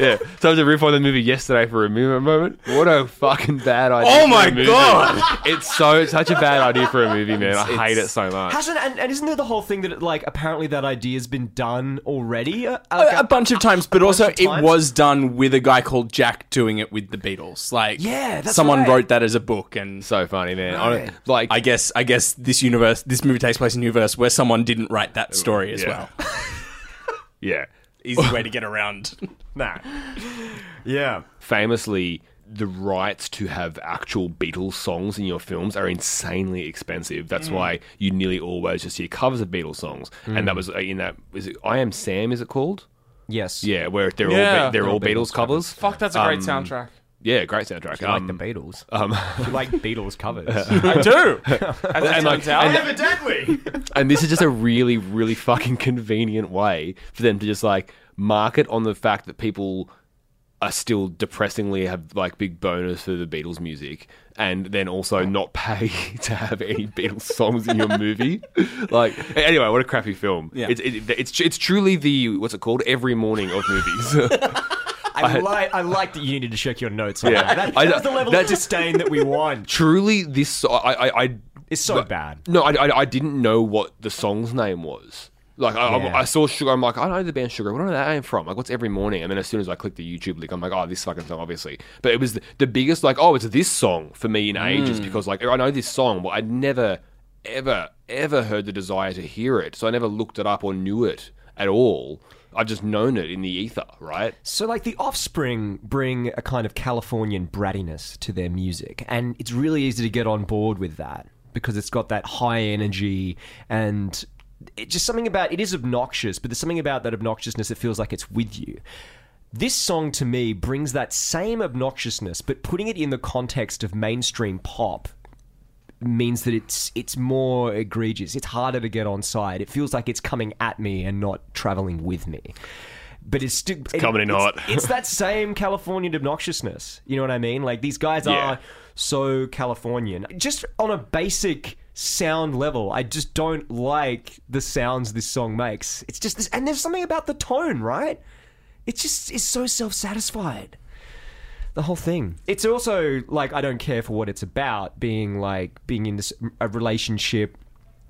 yeah, so I was a riff on the movie yesterday for a mo- moment. What a fucking bad idea!
Oh
for a
my
movie.
God!
It's so it's such a bad idea for a movie, man. I hate it so much.
Hasn't and, and isn't there the whole thing that it, like apparently that idea's been done already? Uh,
a, a bunch of times, but also
bunch of
it
times?
was done with a guy called Jack doing it with the Beatles. Like,
Yeah, that's
someone
right.
wrote that as a book, and
So funny, man. I don't-
Right.
like,
I guess I guess this universe, this movie takes place in a universe where someone didn't write that story as
Yeah.
well.
yeah.
Easy way to get around.
nah. Yeah.
Famously, the rights to have actual Beatles songs in your films are insanely expensive. That's why you nearly always just hear covers of Beatles songs. And that was uh, in that is it I Am Sam? Is it called?
Yes.
Yeah, where they're all
Yeah.
Be- they're all Beatles, covers.
Fuck, that's a great soundtrack.
Yeah, great soundtrack.
You
Um,
like the Beatles. Um, you like Beatles covers.
I do. As it
like-
turns out.
and-
Evidently.
and this is just a really, really fucking convenient way for them to just like market on the fact that people are still depressingly have like big boners for the Beatles music, and then also not pay to have any Beatles songs in your movie. Like anyway, what a crappy film.
Yeah.
It's, it, it's it's truly the what's it called? Every morning of movies.
I, like I like that you needed to check your notes. On
Yeah.
that. That,
I-
that was the level
that-
of disdain that we want.
truly, this I I. I
It's so bad.
No, I, I, I didn't know what the song's name was. Like I,
Yeah.
I, I saw Sugar, I'm like, I know the band Sugar. Where did that name from? Like, what's every morning? And then as soon as I click the YouTube link, I'm like, oh, this fucking song, obviously. But it was the, the biggest, like, oh, it's this song for me in ages because, like, I know this song, but I'd never, ever, ever heard the desire to hear it, so I never looked it up or knew it at all. I've just known it in the ether, right?
So, like, the offspring bring a kind of Californian brattiness to their music, and it's really easy to get on board with that because it's got that high energy and it just something about it is obnoxious, but there's something about that obnoxiousness that feels like it's with you. This song to me brings that same obnoxiousness, but putting it in the context of mainstream pop means that it's it's more egregious. It's harder to get on side. It feels like it's coming at me and not traveling with me. But it's still it's
coming in hot.
it's that same Californian obnoxiousness. You know what I mean? Like these guys
Yeah.
are so Californian. Just on a basic sound level. I just don't like the sounds this song makes. It's just this, and there's something about the tone, right? It just is so self satisfied. The whole thing. It's also like I don't care for what it's about, being like being in this a relationship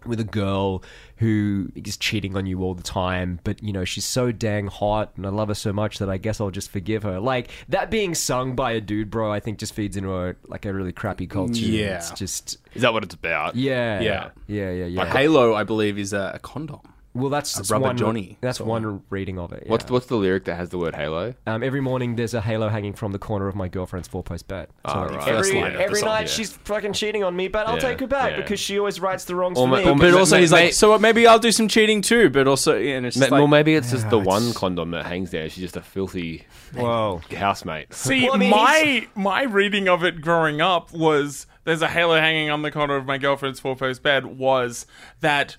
with a girl who is cheating on you all the time, but you know, she's so dang hot and I love her so much that I guess I'll just forgive her. Like that being sung by a dude bro, I think just feeds into a like a really crappy culture.
Yeah.
It's just
Is that what it's about?
yeah.
Yeah.
Yeah, yeah, yeah.
Halo, I believe, is a, a condom.
well, that's, that's
rubber
one
Johnny
That's one reading of it.
What's
yeah.
what's the lyric that has the word Halo?
um, every morning there's a halo hanging from the corner of my girlfriend's four post bed. So
Ah, right. First
Every,
line of the
every
song,
night
yeah.
she's fucking cheating on me, but I'll
Yeah,
take her back
yeah.
because she always writes the wrongs
Or
for
ma-
me.
or ma-
But also,
ma-
he's
ma-
like, so what, maybe I'll do some cheating too. But also, yeah, and it's
Ma-
just
well,
like,
maybe it's just the one condom that hangs there. She's just a filthy
Whoa.
housemate.
See,
Well, I mean,
my my reading of it growing up was there's a halo hanging on the corner of my girlfriend's four post bed was that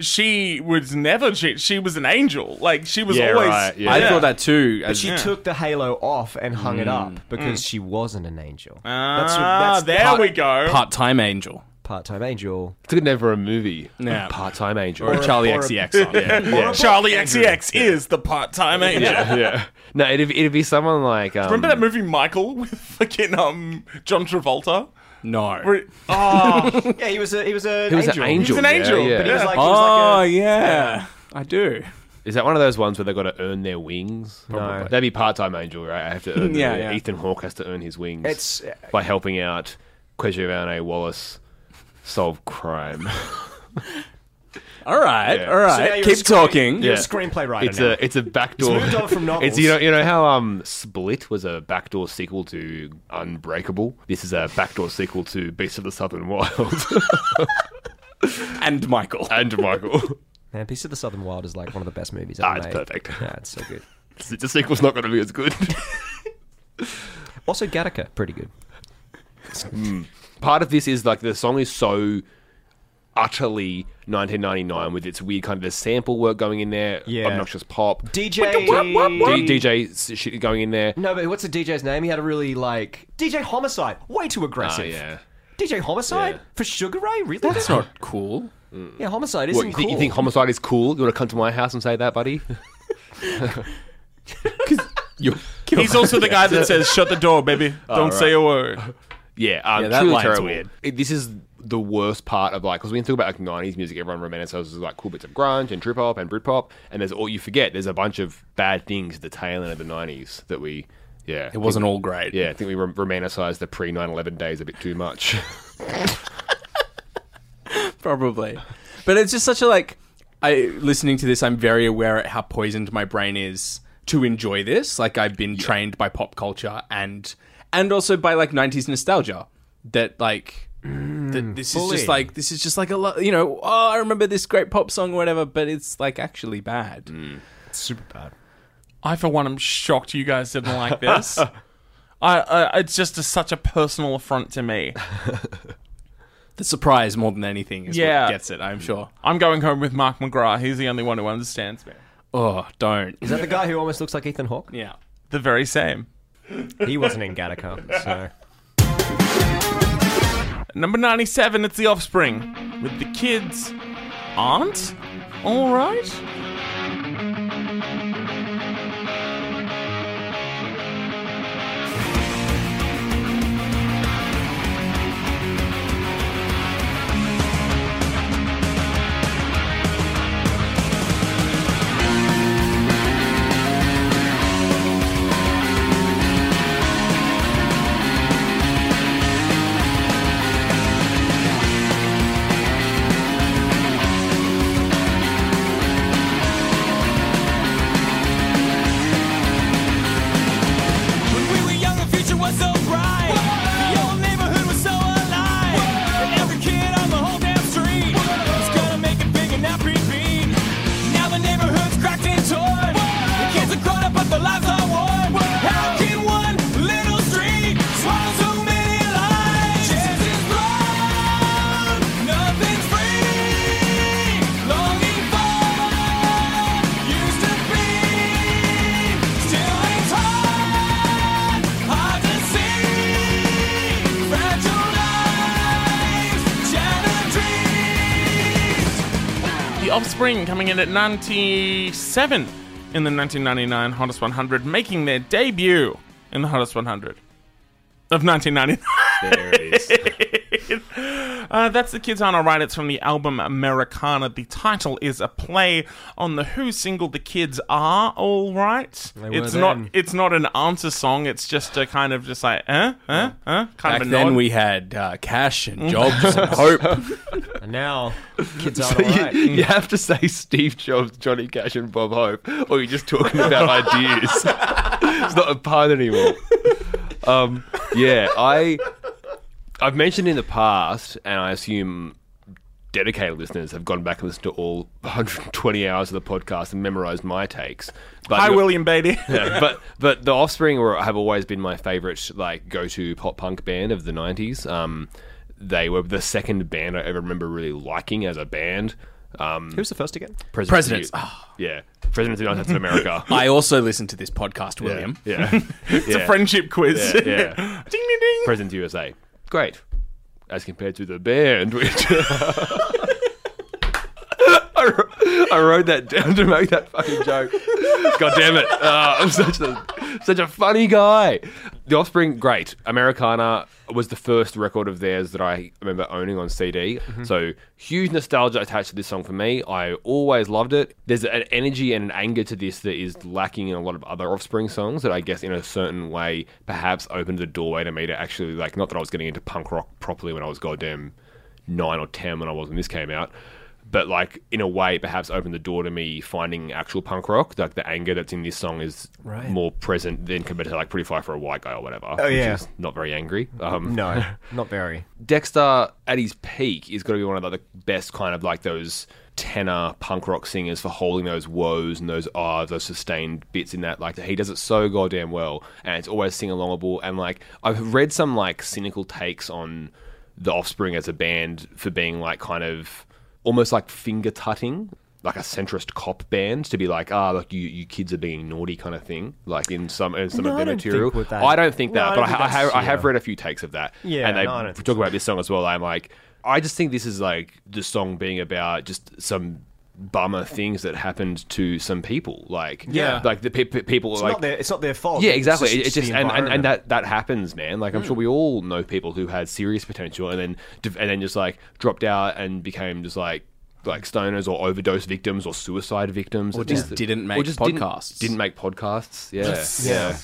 she was never cheat. She was an angel. Like she was
Yeah,
always.
right, yeah.
I thought that too. as-
She
Yeah.
took the halo off and hung it up because she wasn't an angel.
Ah,
That's- that's
there
part-
we go.
part-time angel.
Part-time angel.
It's good never a movie.
Yeah.
Part time angel.
Or Charlie
or a-
XCX. on, yeah.
yeah.
Charlie XCX is the part-time angel.
yeah. yeah. No, it'd, it'd be someone like. Um,
Remember that movie Michael with fucking um John Travolta?
No.
Where- Oh,
Yeah, he was a he was a
He was
angel.
an angel.
he's an
yeah,
angel.
yeah.
But
He was like, he was
oh
like a,
yeah, I do.
Is that one of those ones where they've got to earn their wings? No. That'd be part time angel, right? I have to earn
Yeah,
their-
yeah. uh,
Ethan Hawke has to earn his wings
It's-
by helping out Quejivane Wallace solve crime.
All right,
Yeah.
all
So now
right.
you're a
Keep
screen-
talking.
You're
Yeah.
a screenplay writer
it's
now.
a it's a backdoor
It's moved on from novels.
It's you know you know how um Split was a backdoor sequel to Unbreakable? This is a backdoor sequel to Beast of the Southern Wild
And Michael.
Uh,
and Michael.
Man, Beast of the Southern Wild is like one of the best movies ever
ah, it's
made.
perfect.
Yeah, it's so good.
The sequel's not going to be as good.
Also, Gattaca, pretty good.
part of this is like the song is so utterly 1999 with its weird kind of the sample work going in there,
Yeah.
obnoxious pop, D-
DJ.
DJ s- shit going in there.
No, but what's the DJ's name? He had a really like DJ Homicide. Way too
Ah,
aggressive.
yeah.
DJ Homicide
Yeah.
for Sugar Ray. Really? That's Mm.
not cool.
Yeah, Homicide isn't
What, you, think,
cool.
you think homicide is cool? You want to come to my house and say that, buddy? you
he's also the guy that says, "Shut the door, baby. Don't say a word."
yeah, um,
Yeah, that
truly
line's
terrible.
weird.
It- this is the worst part of like because we talk about like 90s music, everyone romanticizes like cool bits of grunge and trip hop and Britpop, and there's all you forget. There's a bunch of bad things at the tail end of the 90s that we. Yeah,
It wasn't all great.
Yeah, I think we rom- romanticized the pre 9 11 days a bit too much.
probably. But it's just such a like. I listening to this, I'm very aware at how poisoned my brain is to enjoy this. Like I've been trained by pop culture and and also by like 90s nostalgia. That like that this is
fully.
just like this is just like a lot. You know, oh, I remember this great pop song or whatever, but it's like actually bad.
Mm.
super bad?
I, for one, am shocked you guys didn't like this. I, I it's just a, such a personal affront to me.
The surprise more than anything is
Yeah.
what gets it. I'm sure.
I'm going home with Mark McGrath. He's the only one who understands me.
Oh, don't.
Is that the guy who almost looks like Ethan Hawke?
Yeah.
The very same.
He wasn't in Gattaca, so.
Number 97, it's The Offspring with the kids aren't all right.
Thank
Offspring coming in at 97 in the 1999 Hottest 100, making their debut in the Hottest 100 of 1999.
There it is.
Uh, that's the Kids Aren't Alright. It's from the album Americana. The title is a play on the Who single "The Kids Are Alright."
They were
It's not.
then.
It's not an answer song. It's just a kind of just like, eh, eh, eh, kind
Back
of a
then
nod.
we had uh, cash and jobs and hope.
And now, kids aren't
you,
alright.
you have to say Steve Jobs, Johnny Cash, and Bob Hope, or you're just talking about ideas. it's not a pun anymore. Um, yeah, I I've mentioned in the past, and I assume dedicated listeners have gone back and listened to all 120 hours of the podcast and memorized my takes. But
Hi,
you're-
William Beatty.
yeah, but but the Offspring were, have always been my favorite like go to pop punk band of the '90s. Um, they were the second band I ever remember really liking as a band. Um,
Who's the first again?
President
Presidents. Ah.
Of, the- yeah, President of the United States of America.
I also listen to this podcast, William.
Yeah, yeah. it's
The friendship quiz.
Yeah, yeah.
ding ding ding.
President USA. Great, as compared to the band, which. I wr- I wrote that down to make that fucking joke. God damn it! Uh, I'm such a such a funny guy. The Offspring, great. Americana was the first record of theirs that I remember owning on CD. So huge nostalgia attached to this song for me. I always loved it. There's an energy and an anger to this that is lacking in a lot of other Offspring songs that I guess in a certain way perhaps opened the doorway to me to actually like not that I was getting into punk rock properly when I was goddamn nine or ten when I was when this came out. But like in a way, it perhaps opened the door to me finding actual punk rock. Like the anger that's in this song is
Right.
more present than compared to like Pretty Fly for a White Guy or whatever.
Oh, yeah.
which is not very angry. Um,
No, not very.
Dexter at his peak is going to be one of the best kind of like those tenor punk rock singers for holding those woes and those ahs, those sustained bits in that. Like he does it so goddamn well, and it's always sing alongable. And like I've read some like cynical takes on the Offspring as a band for being like kind of almost like finger tutting. Like a centrist cop band to be like, ah, look, you, you kids are being naughty, kind of thing. Like in some in some
No,
of
I
their
don't think
material.
with that-
I don't think
No,
that,
I
but
don't
I,
think
I,
that's-
have, I have
yeah.
read a few takes of that.
Yeah,
and they
no, I don't think
talk about this song as well. I'm like, I just think this is like the song being about just some bummer things that happened to some people. Like,
Yeah.
like the pe- pe- people
It's,
like
not, their, it's not their fault.
yeah, exactly.
It's
It-
just, Mm.
It's just, and, and, and that that happens, man. Like I'm sure we all know people who had serious potential and then div- and then just like dropped out and became just like like stoners or overdose victims or suicide victims or
just didn't make
didn't-
podcasts.
Didn't, make podcasts. Yeah,
Yeah.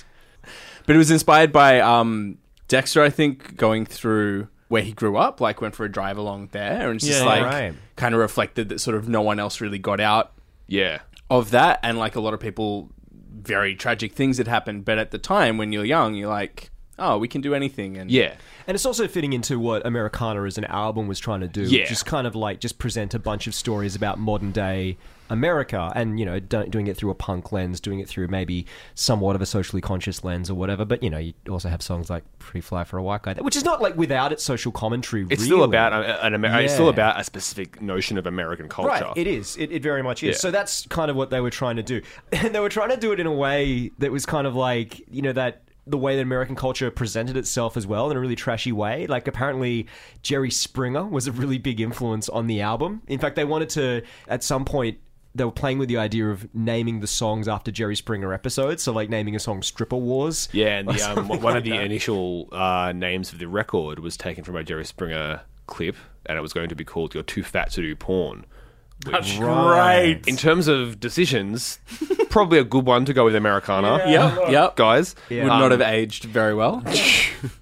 But it was inspired by um, Dexter, I think, going through where he grew up, like went for a drive along there, and it's just
Yeah,
like
right.
kind of reflected that sort of no one else really got out
yeah.
of that, and like a lot of people, very tragic things had happened. But at the time, when you're young, you're like, oh, we can do anything, and
Yeah.
And it's also fitting into what Americana as an album was trying to do,
Yeah.
which is kind of like just present a bunch of stories about modern day America and, you know, do- doing it through a punk lens, doing it through maybe somewhat of a socially conscious lens or whatever. But, you know, you also have songs like Pretty Fly for a White Guy, which is not like without its social commentary.
It's still
really.
about a- an Amer- It's still
Yeah.
about a specific notion of American culture.
Right, it is. It, it very much is.
Yeah.
So that's kind of what they were trying to do. And they were trying to do it in a way that was kind of like, you know, that the way that American culture presented itself as well in a really trashy way. Like, apparently, Jerry Springer was a really big influence on the album. In fact, they wanted to, at some point, they were playing with the idea of naming the songs after Jerry Springer episodes. So, like, naming a song Stripper Wars.
Yeah, and the, um, one of the initial uh, names of the record was taken from a Jerry Springer clip, and it was going to be called "You're Too Fat to Do Porn."
That's
Right.
great.
In terms of decisions, probably a good one to go with Americana.
yep, yep.
guys.
Would
Um,
not
Um,
have aged very well.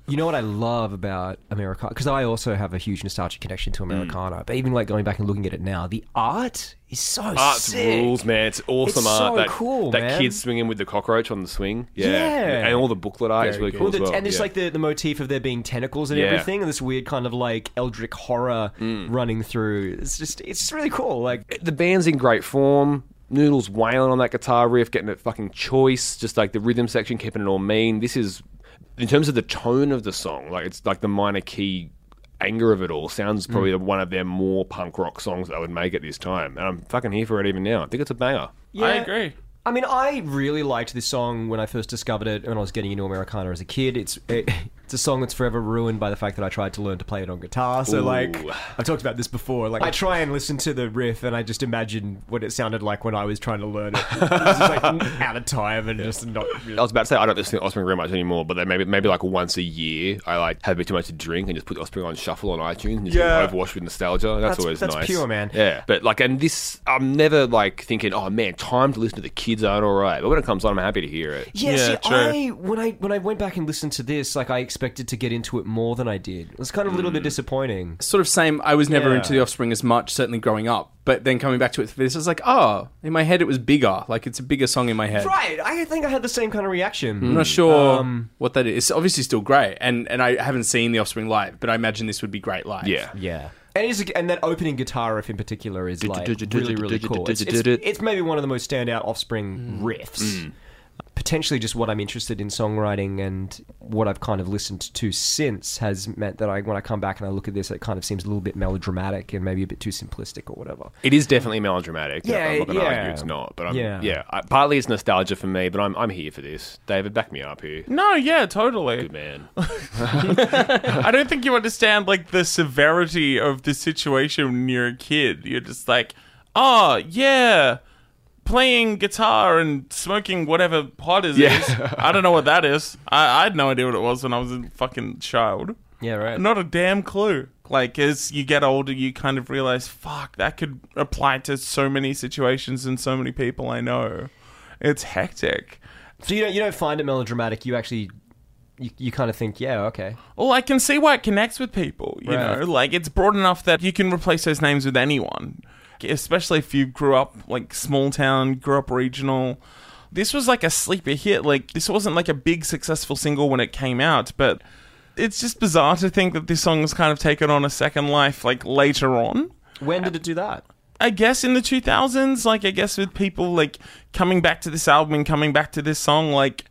You know what I love about Americana? Because I also have a huge nostalgic connection
Mm.
to Americana. But even like going back and looking at it now, the art is so
Art
sick.
rules, man. It's awesome
It's
art.
so
that
cool,
that
man.
kid swinging with the cockroach on the swing. Yeah,
Yeah.
and all the booklet art is really cool
Well, the,
as well.
and there's
yeah.
like the, the motif of there being tentacles and
Yeah. Mm.
everything, and this weird kind of like eldritch horror running through. It's just it's just really cool. Like
the band's in great form. Noodles wailing on that guitar riff, getting it fucking choice. Just like the rhythm section, keeping it all mean. This is, in terms of the tone of the song, like it's like the minor key anger of it all. Sounds probably one of their more punk rock songs that I would make at this time. And I'm fucking here for it even now. I think it's a banger.
yeah,
I agree.
I mean, I really liked this song when I first discovered it when I was getting into Americana as a kid. It's it, It's a song that's forever ruined by the fact that I tried to learn to play it on guitar. So, like, I've talked about this before. Like, I try and listen to the riff, and I just imagine what it sounded like when I was trying to learn it. It was just like out of time and just not really.
I was about to say I don't listen to Offspring very much anymore, but then maybe maybe like once a year I like have a bit too much to drink and just put Offspring on shuffle on iTunes and just
Yeah.
yeah. overwash with nostalgia. That's,
That's-
always
that's
nice.
pure, man.
Yeah, but like, and this I'm never like thinking, oh man, time to listen to the kids aren't all right. But when it comes on, I'm happy to hear it.
Yeah,
Yeah,
see,
true.
I when I when I went back and listened to this, like I expected to get into it more than I did. It was kind of a little bit disappointing.
Sort of same. I was never
Yeah.
into the Offspring as much, certainly growing up. But then coming back to it for this, I was like, oh, in my head it was bigger. Like it's a bigger song in my head.
Right, I think I had the same kind of reaction.
I'm not sure
Um,
what that is. It's obviously still great, and and I haven't seen the Offspring live, but I imagine this would be great live.
Yeah,
Yeah. And, it's, and that opening guitar riff in particular is like really, really cool. It's, it's, it's maybe one of the most standout offspring riffs. Potentially, just what I'm interested in songwriting and what I've kind of listened to since has meant that I, when I come back and I look at this, it kind of seems a little bit melodramatic and maybe a bit too simplistic or whatever.
it is definitely melodramatic.
Yeah,
I'm not gonna
yeah.
argue it's not, but I'm,
Yeah.
yeah, I, partly it's nostalgia for me, but I'm I'm here for this. David, back me up here,
No, yeah, totally.
good man.
I don't think you understand like the severity of the situation when you're a kid. You're just like, oh yeah, playing guitar and smoking whatever pot is.
Yeah.
is. I don't know what that is. I, I had no idea what it was when I was a fucking child.
Yeah, right.
Not a damn clue. Like as you get older, you kind of realize, fuck, that could apply to so many situations and so many people I know. It's hectic.
So you don't, you don't find it melodramatic. You actually, you, you kind of think, yeah, okay.
Well, I can see why it connects with people. You
Right.
know, like it's broad enough that you can replace those names with anyone, especially if you grew up like small town, grew up regional. This was like a sleeper hit. Like this wasn't like a big successful single when it came out, but it's just bizarre to think that this song has kind of taken on a second life like later on.
When did it do that?
I guess in the 2000s, like I guess with people like coming back to this album and coming back to this song, like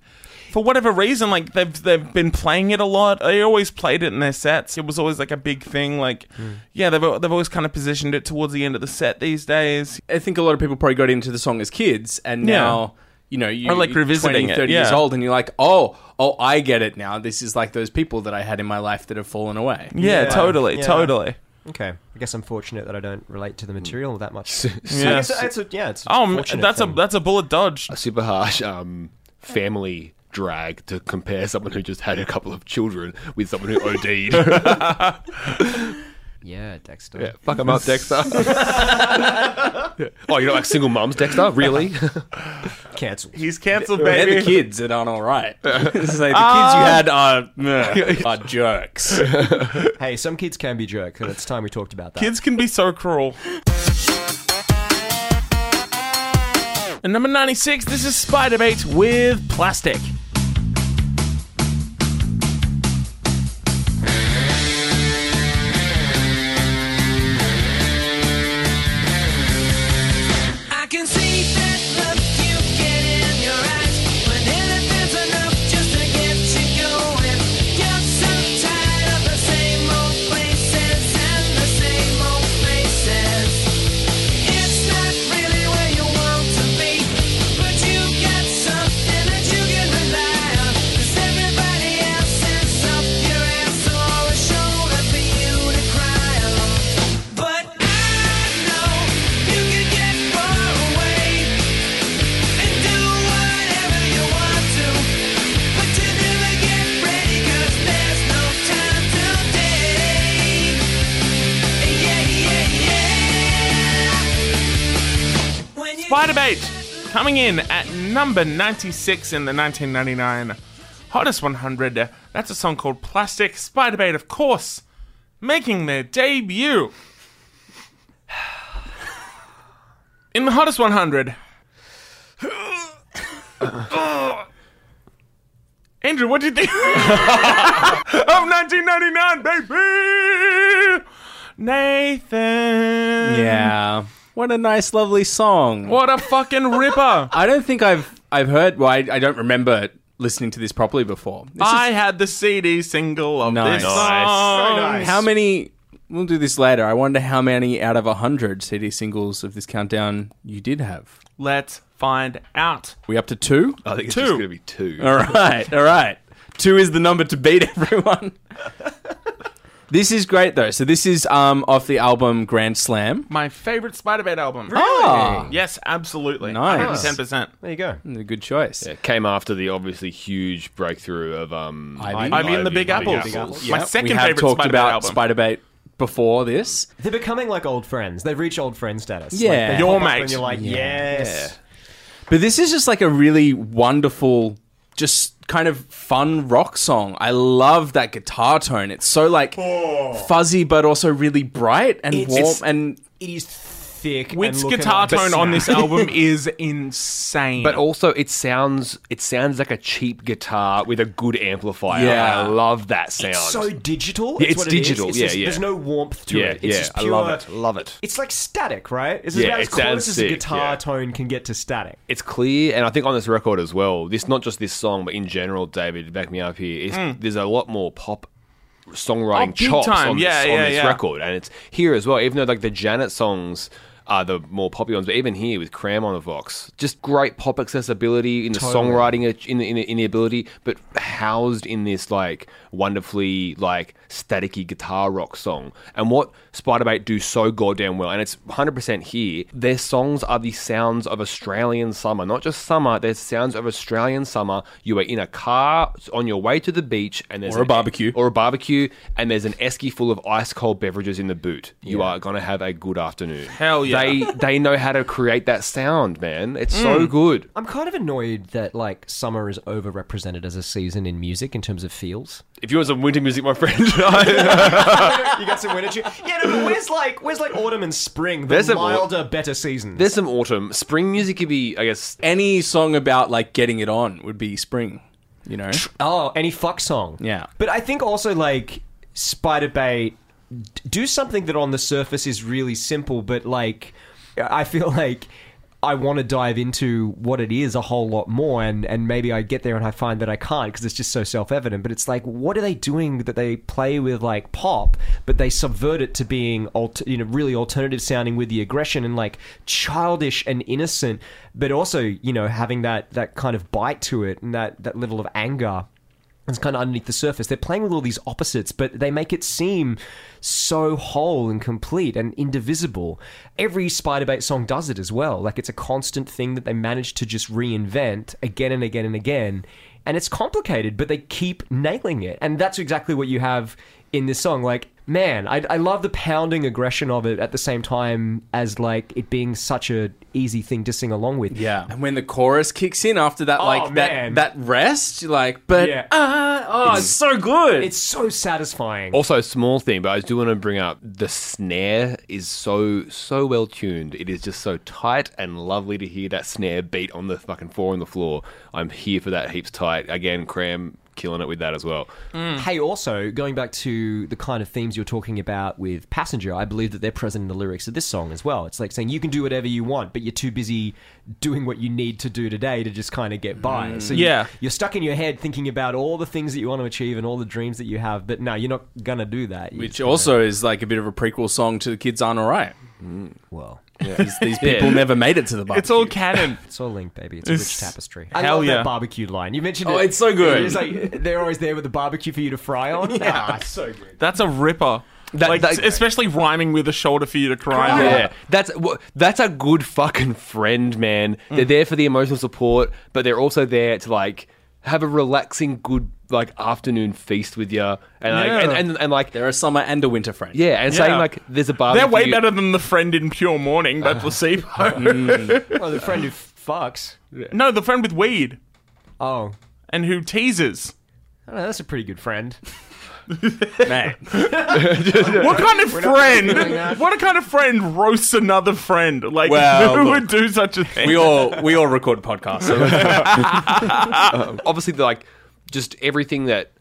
for whatever reason, like they've they've been playing it a lot. They always played it in their sets. It was always like a big thing. Like
Hmm.
yeah, they've they've always kind of positioned it towards the end of the set these days.
I think a lot of people probably got into the song as kids, and
Yeah.
now you know you
Or, like,
you're
revisiting
20,
it,
30 years
yeah.
old, and you're like, oh, oh, I get it now. This is like those people that I had in my life that have fallen away.
Yeah,
Yeah.
totally,
Yeah.
totally.
Okay, I guess I'm fortunate that I don't relate to the material that much. yeah,
Yeah.
it's a, yeah, it's a
Oh, m-
fortunate
that's a
thing.
that's a bullet dodge.
a super harsh um, family drag to compare someone who just had a couple of children with someone who OD'd.
yeah, Dexter.
yeah, fuck him up, Dexter. Oh, you don't like single mums, Dexter? Really?
Cancelled.
He's cancelled,
They're the
baby.
kids that aren't all right. It's like the kids you had are, meh, are jerks.
Hey, some kids can be jerks, and it's time we talked about that.
Kids can be so cruel. And number 96, this is Spider Bait with Plastic.
I can see that look you get in your eyes when anything's enough just to get you going. You're so tired of the same old places and the same old faces. It's not really where you want to be, but you got something that you can rely on. 'Cause everybody else is up your ass or a shoulder for you to cry on. But I know you can get far away and do whatever you want to. But you never get ready 'cause there's no time today. Yeah, yeah, yeah. When you
Spider Bait coming in at number 96 in the 1999 Hottest 100. That's a song called Plastic. Spider Bait, of course, making their debut. In the Hottest 100. Andrew, what do you think of 1999, baby? Nathan.
yeah. What a nice, lovely song.
What a fucking ripper.
I don't think I've I've heard. Well, I, I don't remember listening to this properly before. This is-
I had the CD single of
Nice.
this song.
how many? We'll do this later. I wonder how many out of hundred CD singles of this countdown you did have.
Let's find out.
We up to two?
I think it's
Two.
just going to be two.
all right, all right. Two is the number to beat everyone. this is great though. So this is um off the album Grand Slam.
My favorite Spider-Man album.
Ah.
Yes, absolutely.
Nice.
110%.
There you go.
Hmm.
A good choice.
It came after the obviously huge breakthrough of um,
Ivy?
Ivy and the Big
Ivy
Apples.
Yeah.
My
Yep,
second
we have
favorite
talked
Spider-Man
about
album.
Spider Bait before this.
They're becoming like old friends. They've reached old friend status.
Yeah.
like, they
Your
pop up
mate.
And you're like, yes.
But this is just like a really wonderful, just kind of fun rock song. I love that guitar tone. It's so like fuzzy, but also really bright and
Oh. It's-
warm.
it's-
And
It is thick.
Wit's
and looking
guitar
like-
tone on this
But-
album is insane.
But also, it sounds it sounds like a cheap guitar with a good amplifier.
Yeah.
I love that sound.
It's so digital.
Yeah,
is
it's
what it is.
digital,
It's
yeah,
just-
yeah.
There's no warmth to
yeah,
it. It's
yeah,
just
I
pure,
love it. Love it.
It's like static, right? It's
Yeah,
about
it
as close
sounds
as a
sick,
guitar
yeah.
tone can get to static.
It's clear, and I think on this record as well. This not just this song, but in general, David, back me up here. It's, There's a lot more pop
Mm. Oh,
songwriting
big
chops
time.
on,
Yeah,
this,
yeah,
on this
yeah.
record, and it's here as well. Even though like the Janet songs are the more popular ones, but even here with Cram on the Vox, just great pop accessibility in the songwriting, uh, in the, in the in the ability, but housed in this like wonderfully like staticky guitar rock song. And what Spiderbait do so goddamn well, and it's 100% here. Their songs are the sounds of Australian summer, not just summer. They're sounds of Australian summer. You are in a car on your way to the beach, and there's
Or a
an-
barbecue.
or a barbecue, and there's an esky full of ice cold beverages in the boot. You are gonna have a good afternoon.
Hell yeah.
They they know how to create that sound, man. It's so good.
I'm kind of annoyed that like summer is overrepresented as a season in music in terms of feels.
If you want some winter music, my friend, I-
you got some winter tune. Yeah, no, but where's like where's like autumn and spring? The
There's a-
milder, better seasons.
there's some autumn. Spring music could be, I guess.
any song about like getting it on would be spring, you know?
oh, any fuck song.
Yeah.
but I think also like Spider Bait d- do something that on the surface is really simple, but like I feel like. I want to dive into what it is a whole lot more, and, and maybe I get there and I find that I can't because it's just so self evident. But it's like, what are they doing that they play with like pop, but they subvert it to being alt- you know really alternative sounding with the aggression and like childish and innocent, but also you know having that that kind of bite to it and that that level of anger it's kind of underneath the surface. They're playing with all these opposites, but they make it seem so whole and complete and indivisible. Every Spider Bait song does it as well. Like it's a constant thing that they manage to just reinvent again and again and again. And it's complicated, but they keep nailing it. And that's exactly what you have in this song. Like, man, I, I love the pounding aggression of it at the same time as like it being such a easy thing to sing along with.
Yeah. And when the chorus kicks in after that, like
Oh, man.
that that rest, you're like, but
Yeah.
uh, oh, it's, so good.
It's so satisfying.
Also, a small thing, but I do want to bring up the snare is so so well tuned. It is just so tight and lovely to hear that snare beat on the fucking floor on the floor. I'm here for that heaps tight. Again, Cram killing it with that as well.
Mm.
Hey, also, going back to the kind of themes you're talking about with Passenger, I believe that they're present in the lyrics of this song as well. It's like saying you can do whatever you want, but you're too busy doing what you need to do today to just kind of get by.
Mm.
So you-
Yeah.
you're stuck in your head thinking about all the things that you want to achieve and all the dreams that you have, but no, you're not going to do that. You're
Which
just gonna-
also is like a bit of a prequel song to The Kids Aren't Alright.
Well,
These, these people never made it to the barbecue.
it's all canon.
it's all linked, baby. It's a rich
It's-
tapestry. I
hell
love
yeah.
that barbecue line. You mentioned
Oh,
it.
it's so good.
It's like they're always there with the barbecue for you to fry on. Ah, it's so good.
That's a ripper. like,
that-
especially rhyming with a shoulder for you to cry on.
Yeah, that's wha- that's a good fucking friend, man.
Mm.
They're there for the emotional support, but they're also there to like have a relaxing, good like afternoon feast with you, and like,
Yeah.
and, and, and like
They're a summer and a winter friend.
yeah, and
Yeah.
saying like there's a barbecue.
They're way better than the friend in Pure Mourning by Placebo.
Mm-hmm.
Well, Oh, the friend who fucks.
no, the friend with weed
Oh.
and who teases.
I don't know, that's a pretty good friend.
Mate.
What kind of
not
friend?
doing that.
What kind of friend roasts another friend? Like
Well,
who
look.
would do such a thing?
We all we all record podcasts. So
obviously like just everything that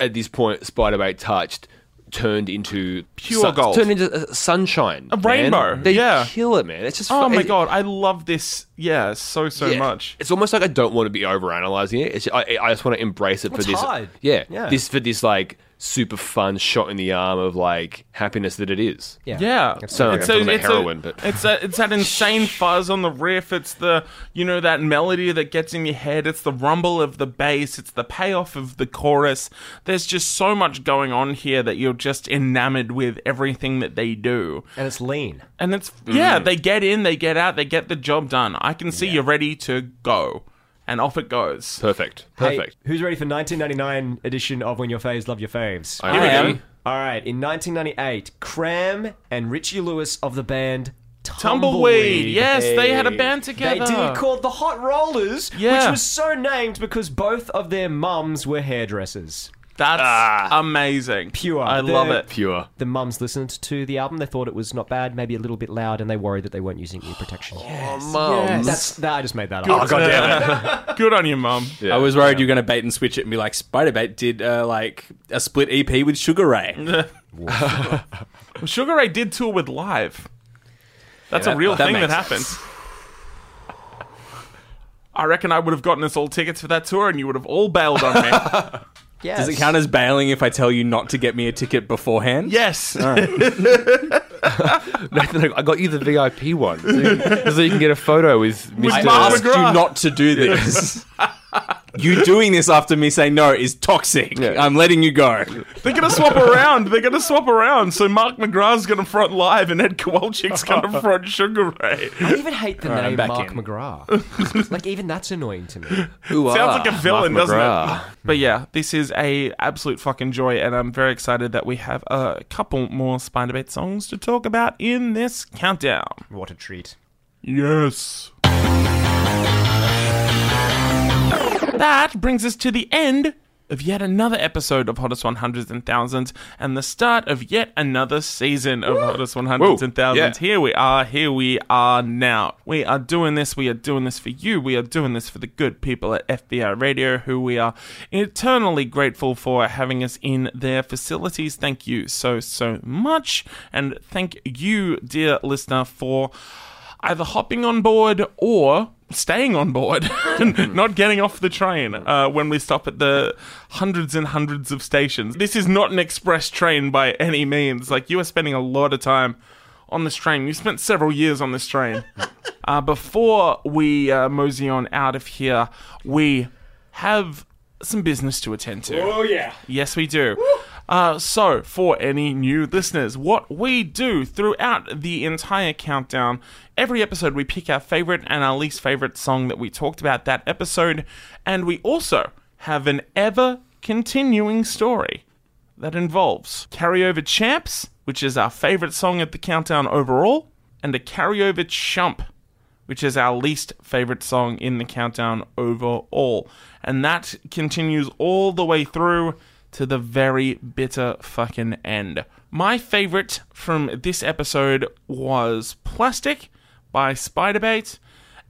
at this point Spider-Bait touched turned into
Pure gold.
turned into uh, sunshine, a
rainbow,
They
yeah.
kill it, man. It's just
oh
fu-
my
it-
god, I love this. Yeah, so so
Yeah.
much.
It's almost like I don't want to be overanalyzing it. It's, I, I just want to embrace it
It's
for this.
hard.
Yeah,
Yeah.
This for this like super fun shot in the arm of like happiness that it is.
Yeah.
So like I'm talking about
it's
heroin,
a,
but
it's a, it's that insane fuzz on the riff. It's the you know that melody that gets in your head. It's the rumble of the bass. It's the payoff of the chorus. There's just so much going on here that you're just enamored with everything that they do.
and it's lean.
And it's
Mm-hmm.
yeah, they get in, they get out, they get the job done. I can see you're ready to go, and off it goes.
perfect,
Hey,
perfect.
who's ready for 1999 edition of When Your Faves Love Your Faves?
I am.
am.
All right, in 1998, Cram and Richie Lewis of the band Tumbleweed.
Tumbleweed, yes, they had a band
They
together.
did called the Hot Rollers, which
Yeah.
was so named because both of their mums were hairdressers.
That's
Ah.
amazing.
Pure.
I
They're-
love it.
Pure.
The mums listened to the album. They thought it was not bad, maybe a little bit loud, and they worried that they weren't using ear protection.
Oh,
Mums.
That's that. I just made that
Oh
up.
god damn it.
Good on you, mum.
Yeah.
I was worried you were going to bait and switch it and be like, Spider Bait did uh, like a split EP with Sugar Ray.
Well, Sugar Ray did tour with Live. That's
Yeah,
a real
that
thing that
makes
happened. I reckon I would have gotten us all tickets for that tour, and you would have all bailed on me.
Yes.
Does it count as bailing if I tell you not to get me a ticket beforehand?
yes,
Nathan, I got you the VIP one, so you, so you can get a photo with
With
I
Mr.
Mark
asked you
McGrath.
not to do this. you doing this after me saying no is toxic. I'm letting you go.
they're gonna swap around. They're gonna swap around. So Mark McGrath's gonna front Live, and Ed Kowalczyk's gonna front Sugar Ray.
I even hate the
right, I'm
name
back
Mark
in.
McGrath. like even that's annoying to me.
Sounds like a villain, doesn't it?
Ah, McGrath.
But yeah, this is a absolute fucking joy, and I'm very excited that we have a couple more Spider Bait songs to talk about in this countdown.
What a treat.
Yes. That brings us to the end of yet another episode of Hottest 100s and Thousands and the start of yet another season of Hottest 100s
Whoa,
and Thousands.
yeah.
Here we are, here we are now. We are doing this, we are doing this for you, we are doing this for the good people at FBI Radio who we are eternally grateful for having us in their facilities. Thank you so, so much. And thank you, dear listener, for either hopping on board or staying on board, not getting off the train uh, when we stop at the hundreds and hundreds of stations. This is not an express train by any means. Like, you are spending a lot of time on this train. You spent several years on this train. uh, before we uh, mosey on out of here, we have some business to attend to. Oh, yeah. Yes, we do. Uh, so, for any new listeners, what we do throughout the entire countdown, every episode we pick our favorite and our least favorite song that we talked about that episode, and we also have an ever continuing story that involves Carryover Champs, which is our favorite song at the countdown overall, and a Carryover Chump, which is our least favorite song in the countdown overall. And that continues all the way through to the very bitter fucking end. My favorite from this episode was Plastic by Spiderbait.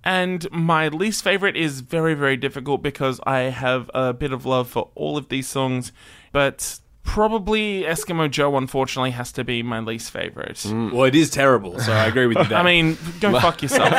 And my least favorite is very, very difficult because I have a bit of love for all of these songs, but probably Eskimo Joe, unfortunately, has to be my least favorite.
Well, it is terrible, so I agree with you there.
I mean, go fuck yourself.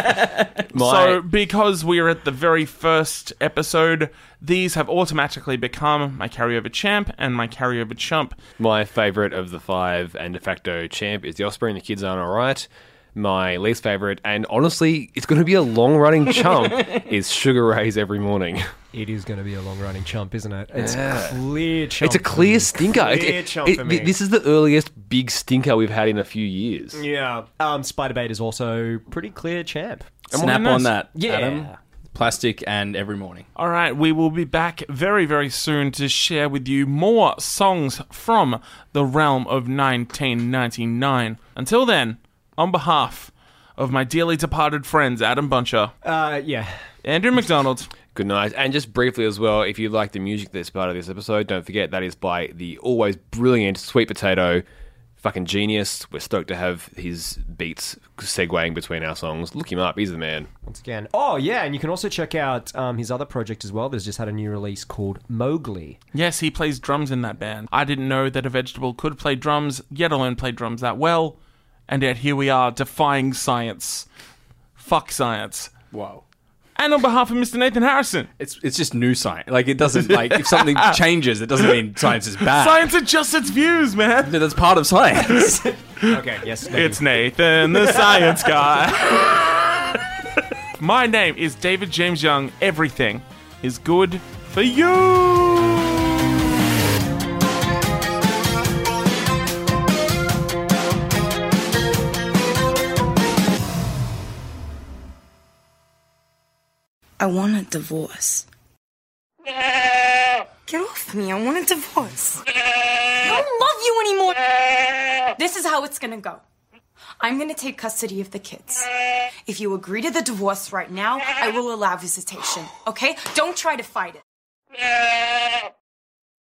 So, because we're at the very first episode, these have automatically become my carryover champ and my carryover chump.
My favorite of the five and de facto champ is the offspring. The kids aren't alright. My least favorite, and honestly, it's going to be a long running chump, is Sugar Ray's every morning.
It is going to be a long running chump, isn't it? It's a clear chump.
It's a clear stinker.
Oh,
It-
mm, Clear
it-
chump
it-
for me.
This is the earliest big stinker we've had in a few years.
Yeah. Um, Spider Bait is also pretty clear champ.
Snap
Nice.
on that.
Yeah.
Adam. Plastic and every morning.
All right, we will be back very, very soon to share with you more songs from the realm of 1999. Until then, on behalf of my dearly departed friends Adam Buncher,
Uh, yeah.
Andrew McDonald,
Good night. And just briefly as well, if you like the music that's part of this episode, don't forget that is by the always brilliant Sweet Potato, fucking genius. We're stoked to have his beats segueing between our songs. Look him up. He's the man.
Once again. Oh, yeah. And you can also check out um, his other project as well that's just had a new release called Mowgli.
Yes, he plays drums in that band. I didn't know that a vegetable could play drums, yet alone play drums that well. And yet here we are defying science. Fuck science.
Wow.
and on behalf of Mr. Nathan Harrison.
It's it's just new science. Like it doesn't like if something changes, it doesn't mean science is bad.
Science adjusts its views, man.
No, that's part of science.
Okay, yes. thank you.
It's Nathan, the science guy. My name is David James Young. Everything is good for you.
I want a divorce. Get off me. I want a divorce.
I don't love you anymore. This is how it's gonna go. I'm gonna take custody of the kids. If you agree to the divorce right now, I will allow visitation, okay? Don't try to fight it.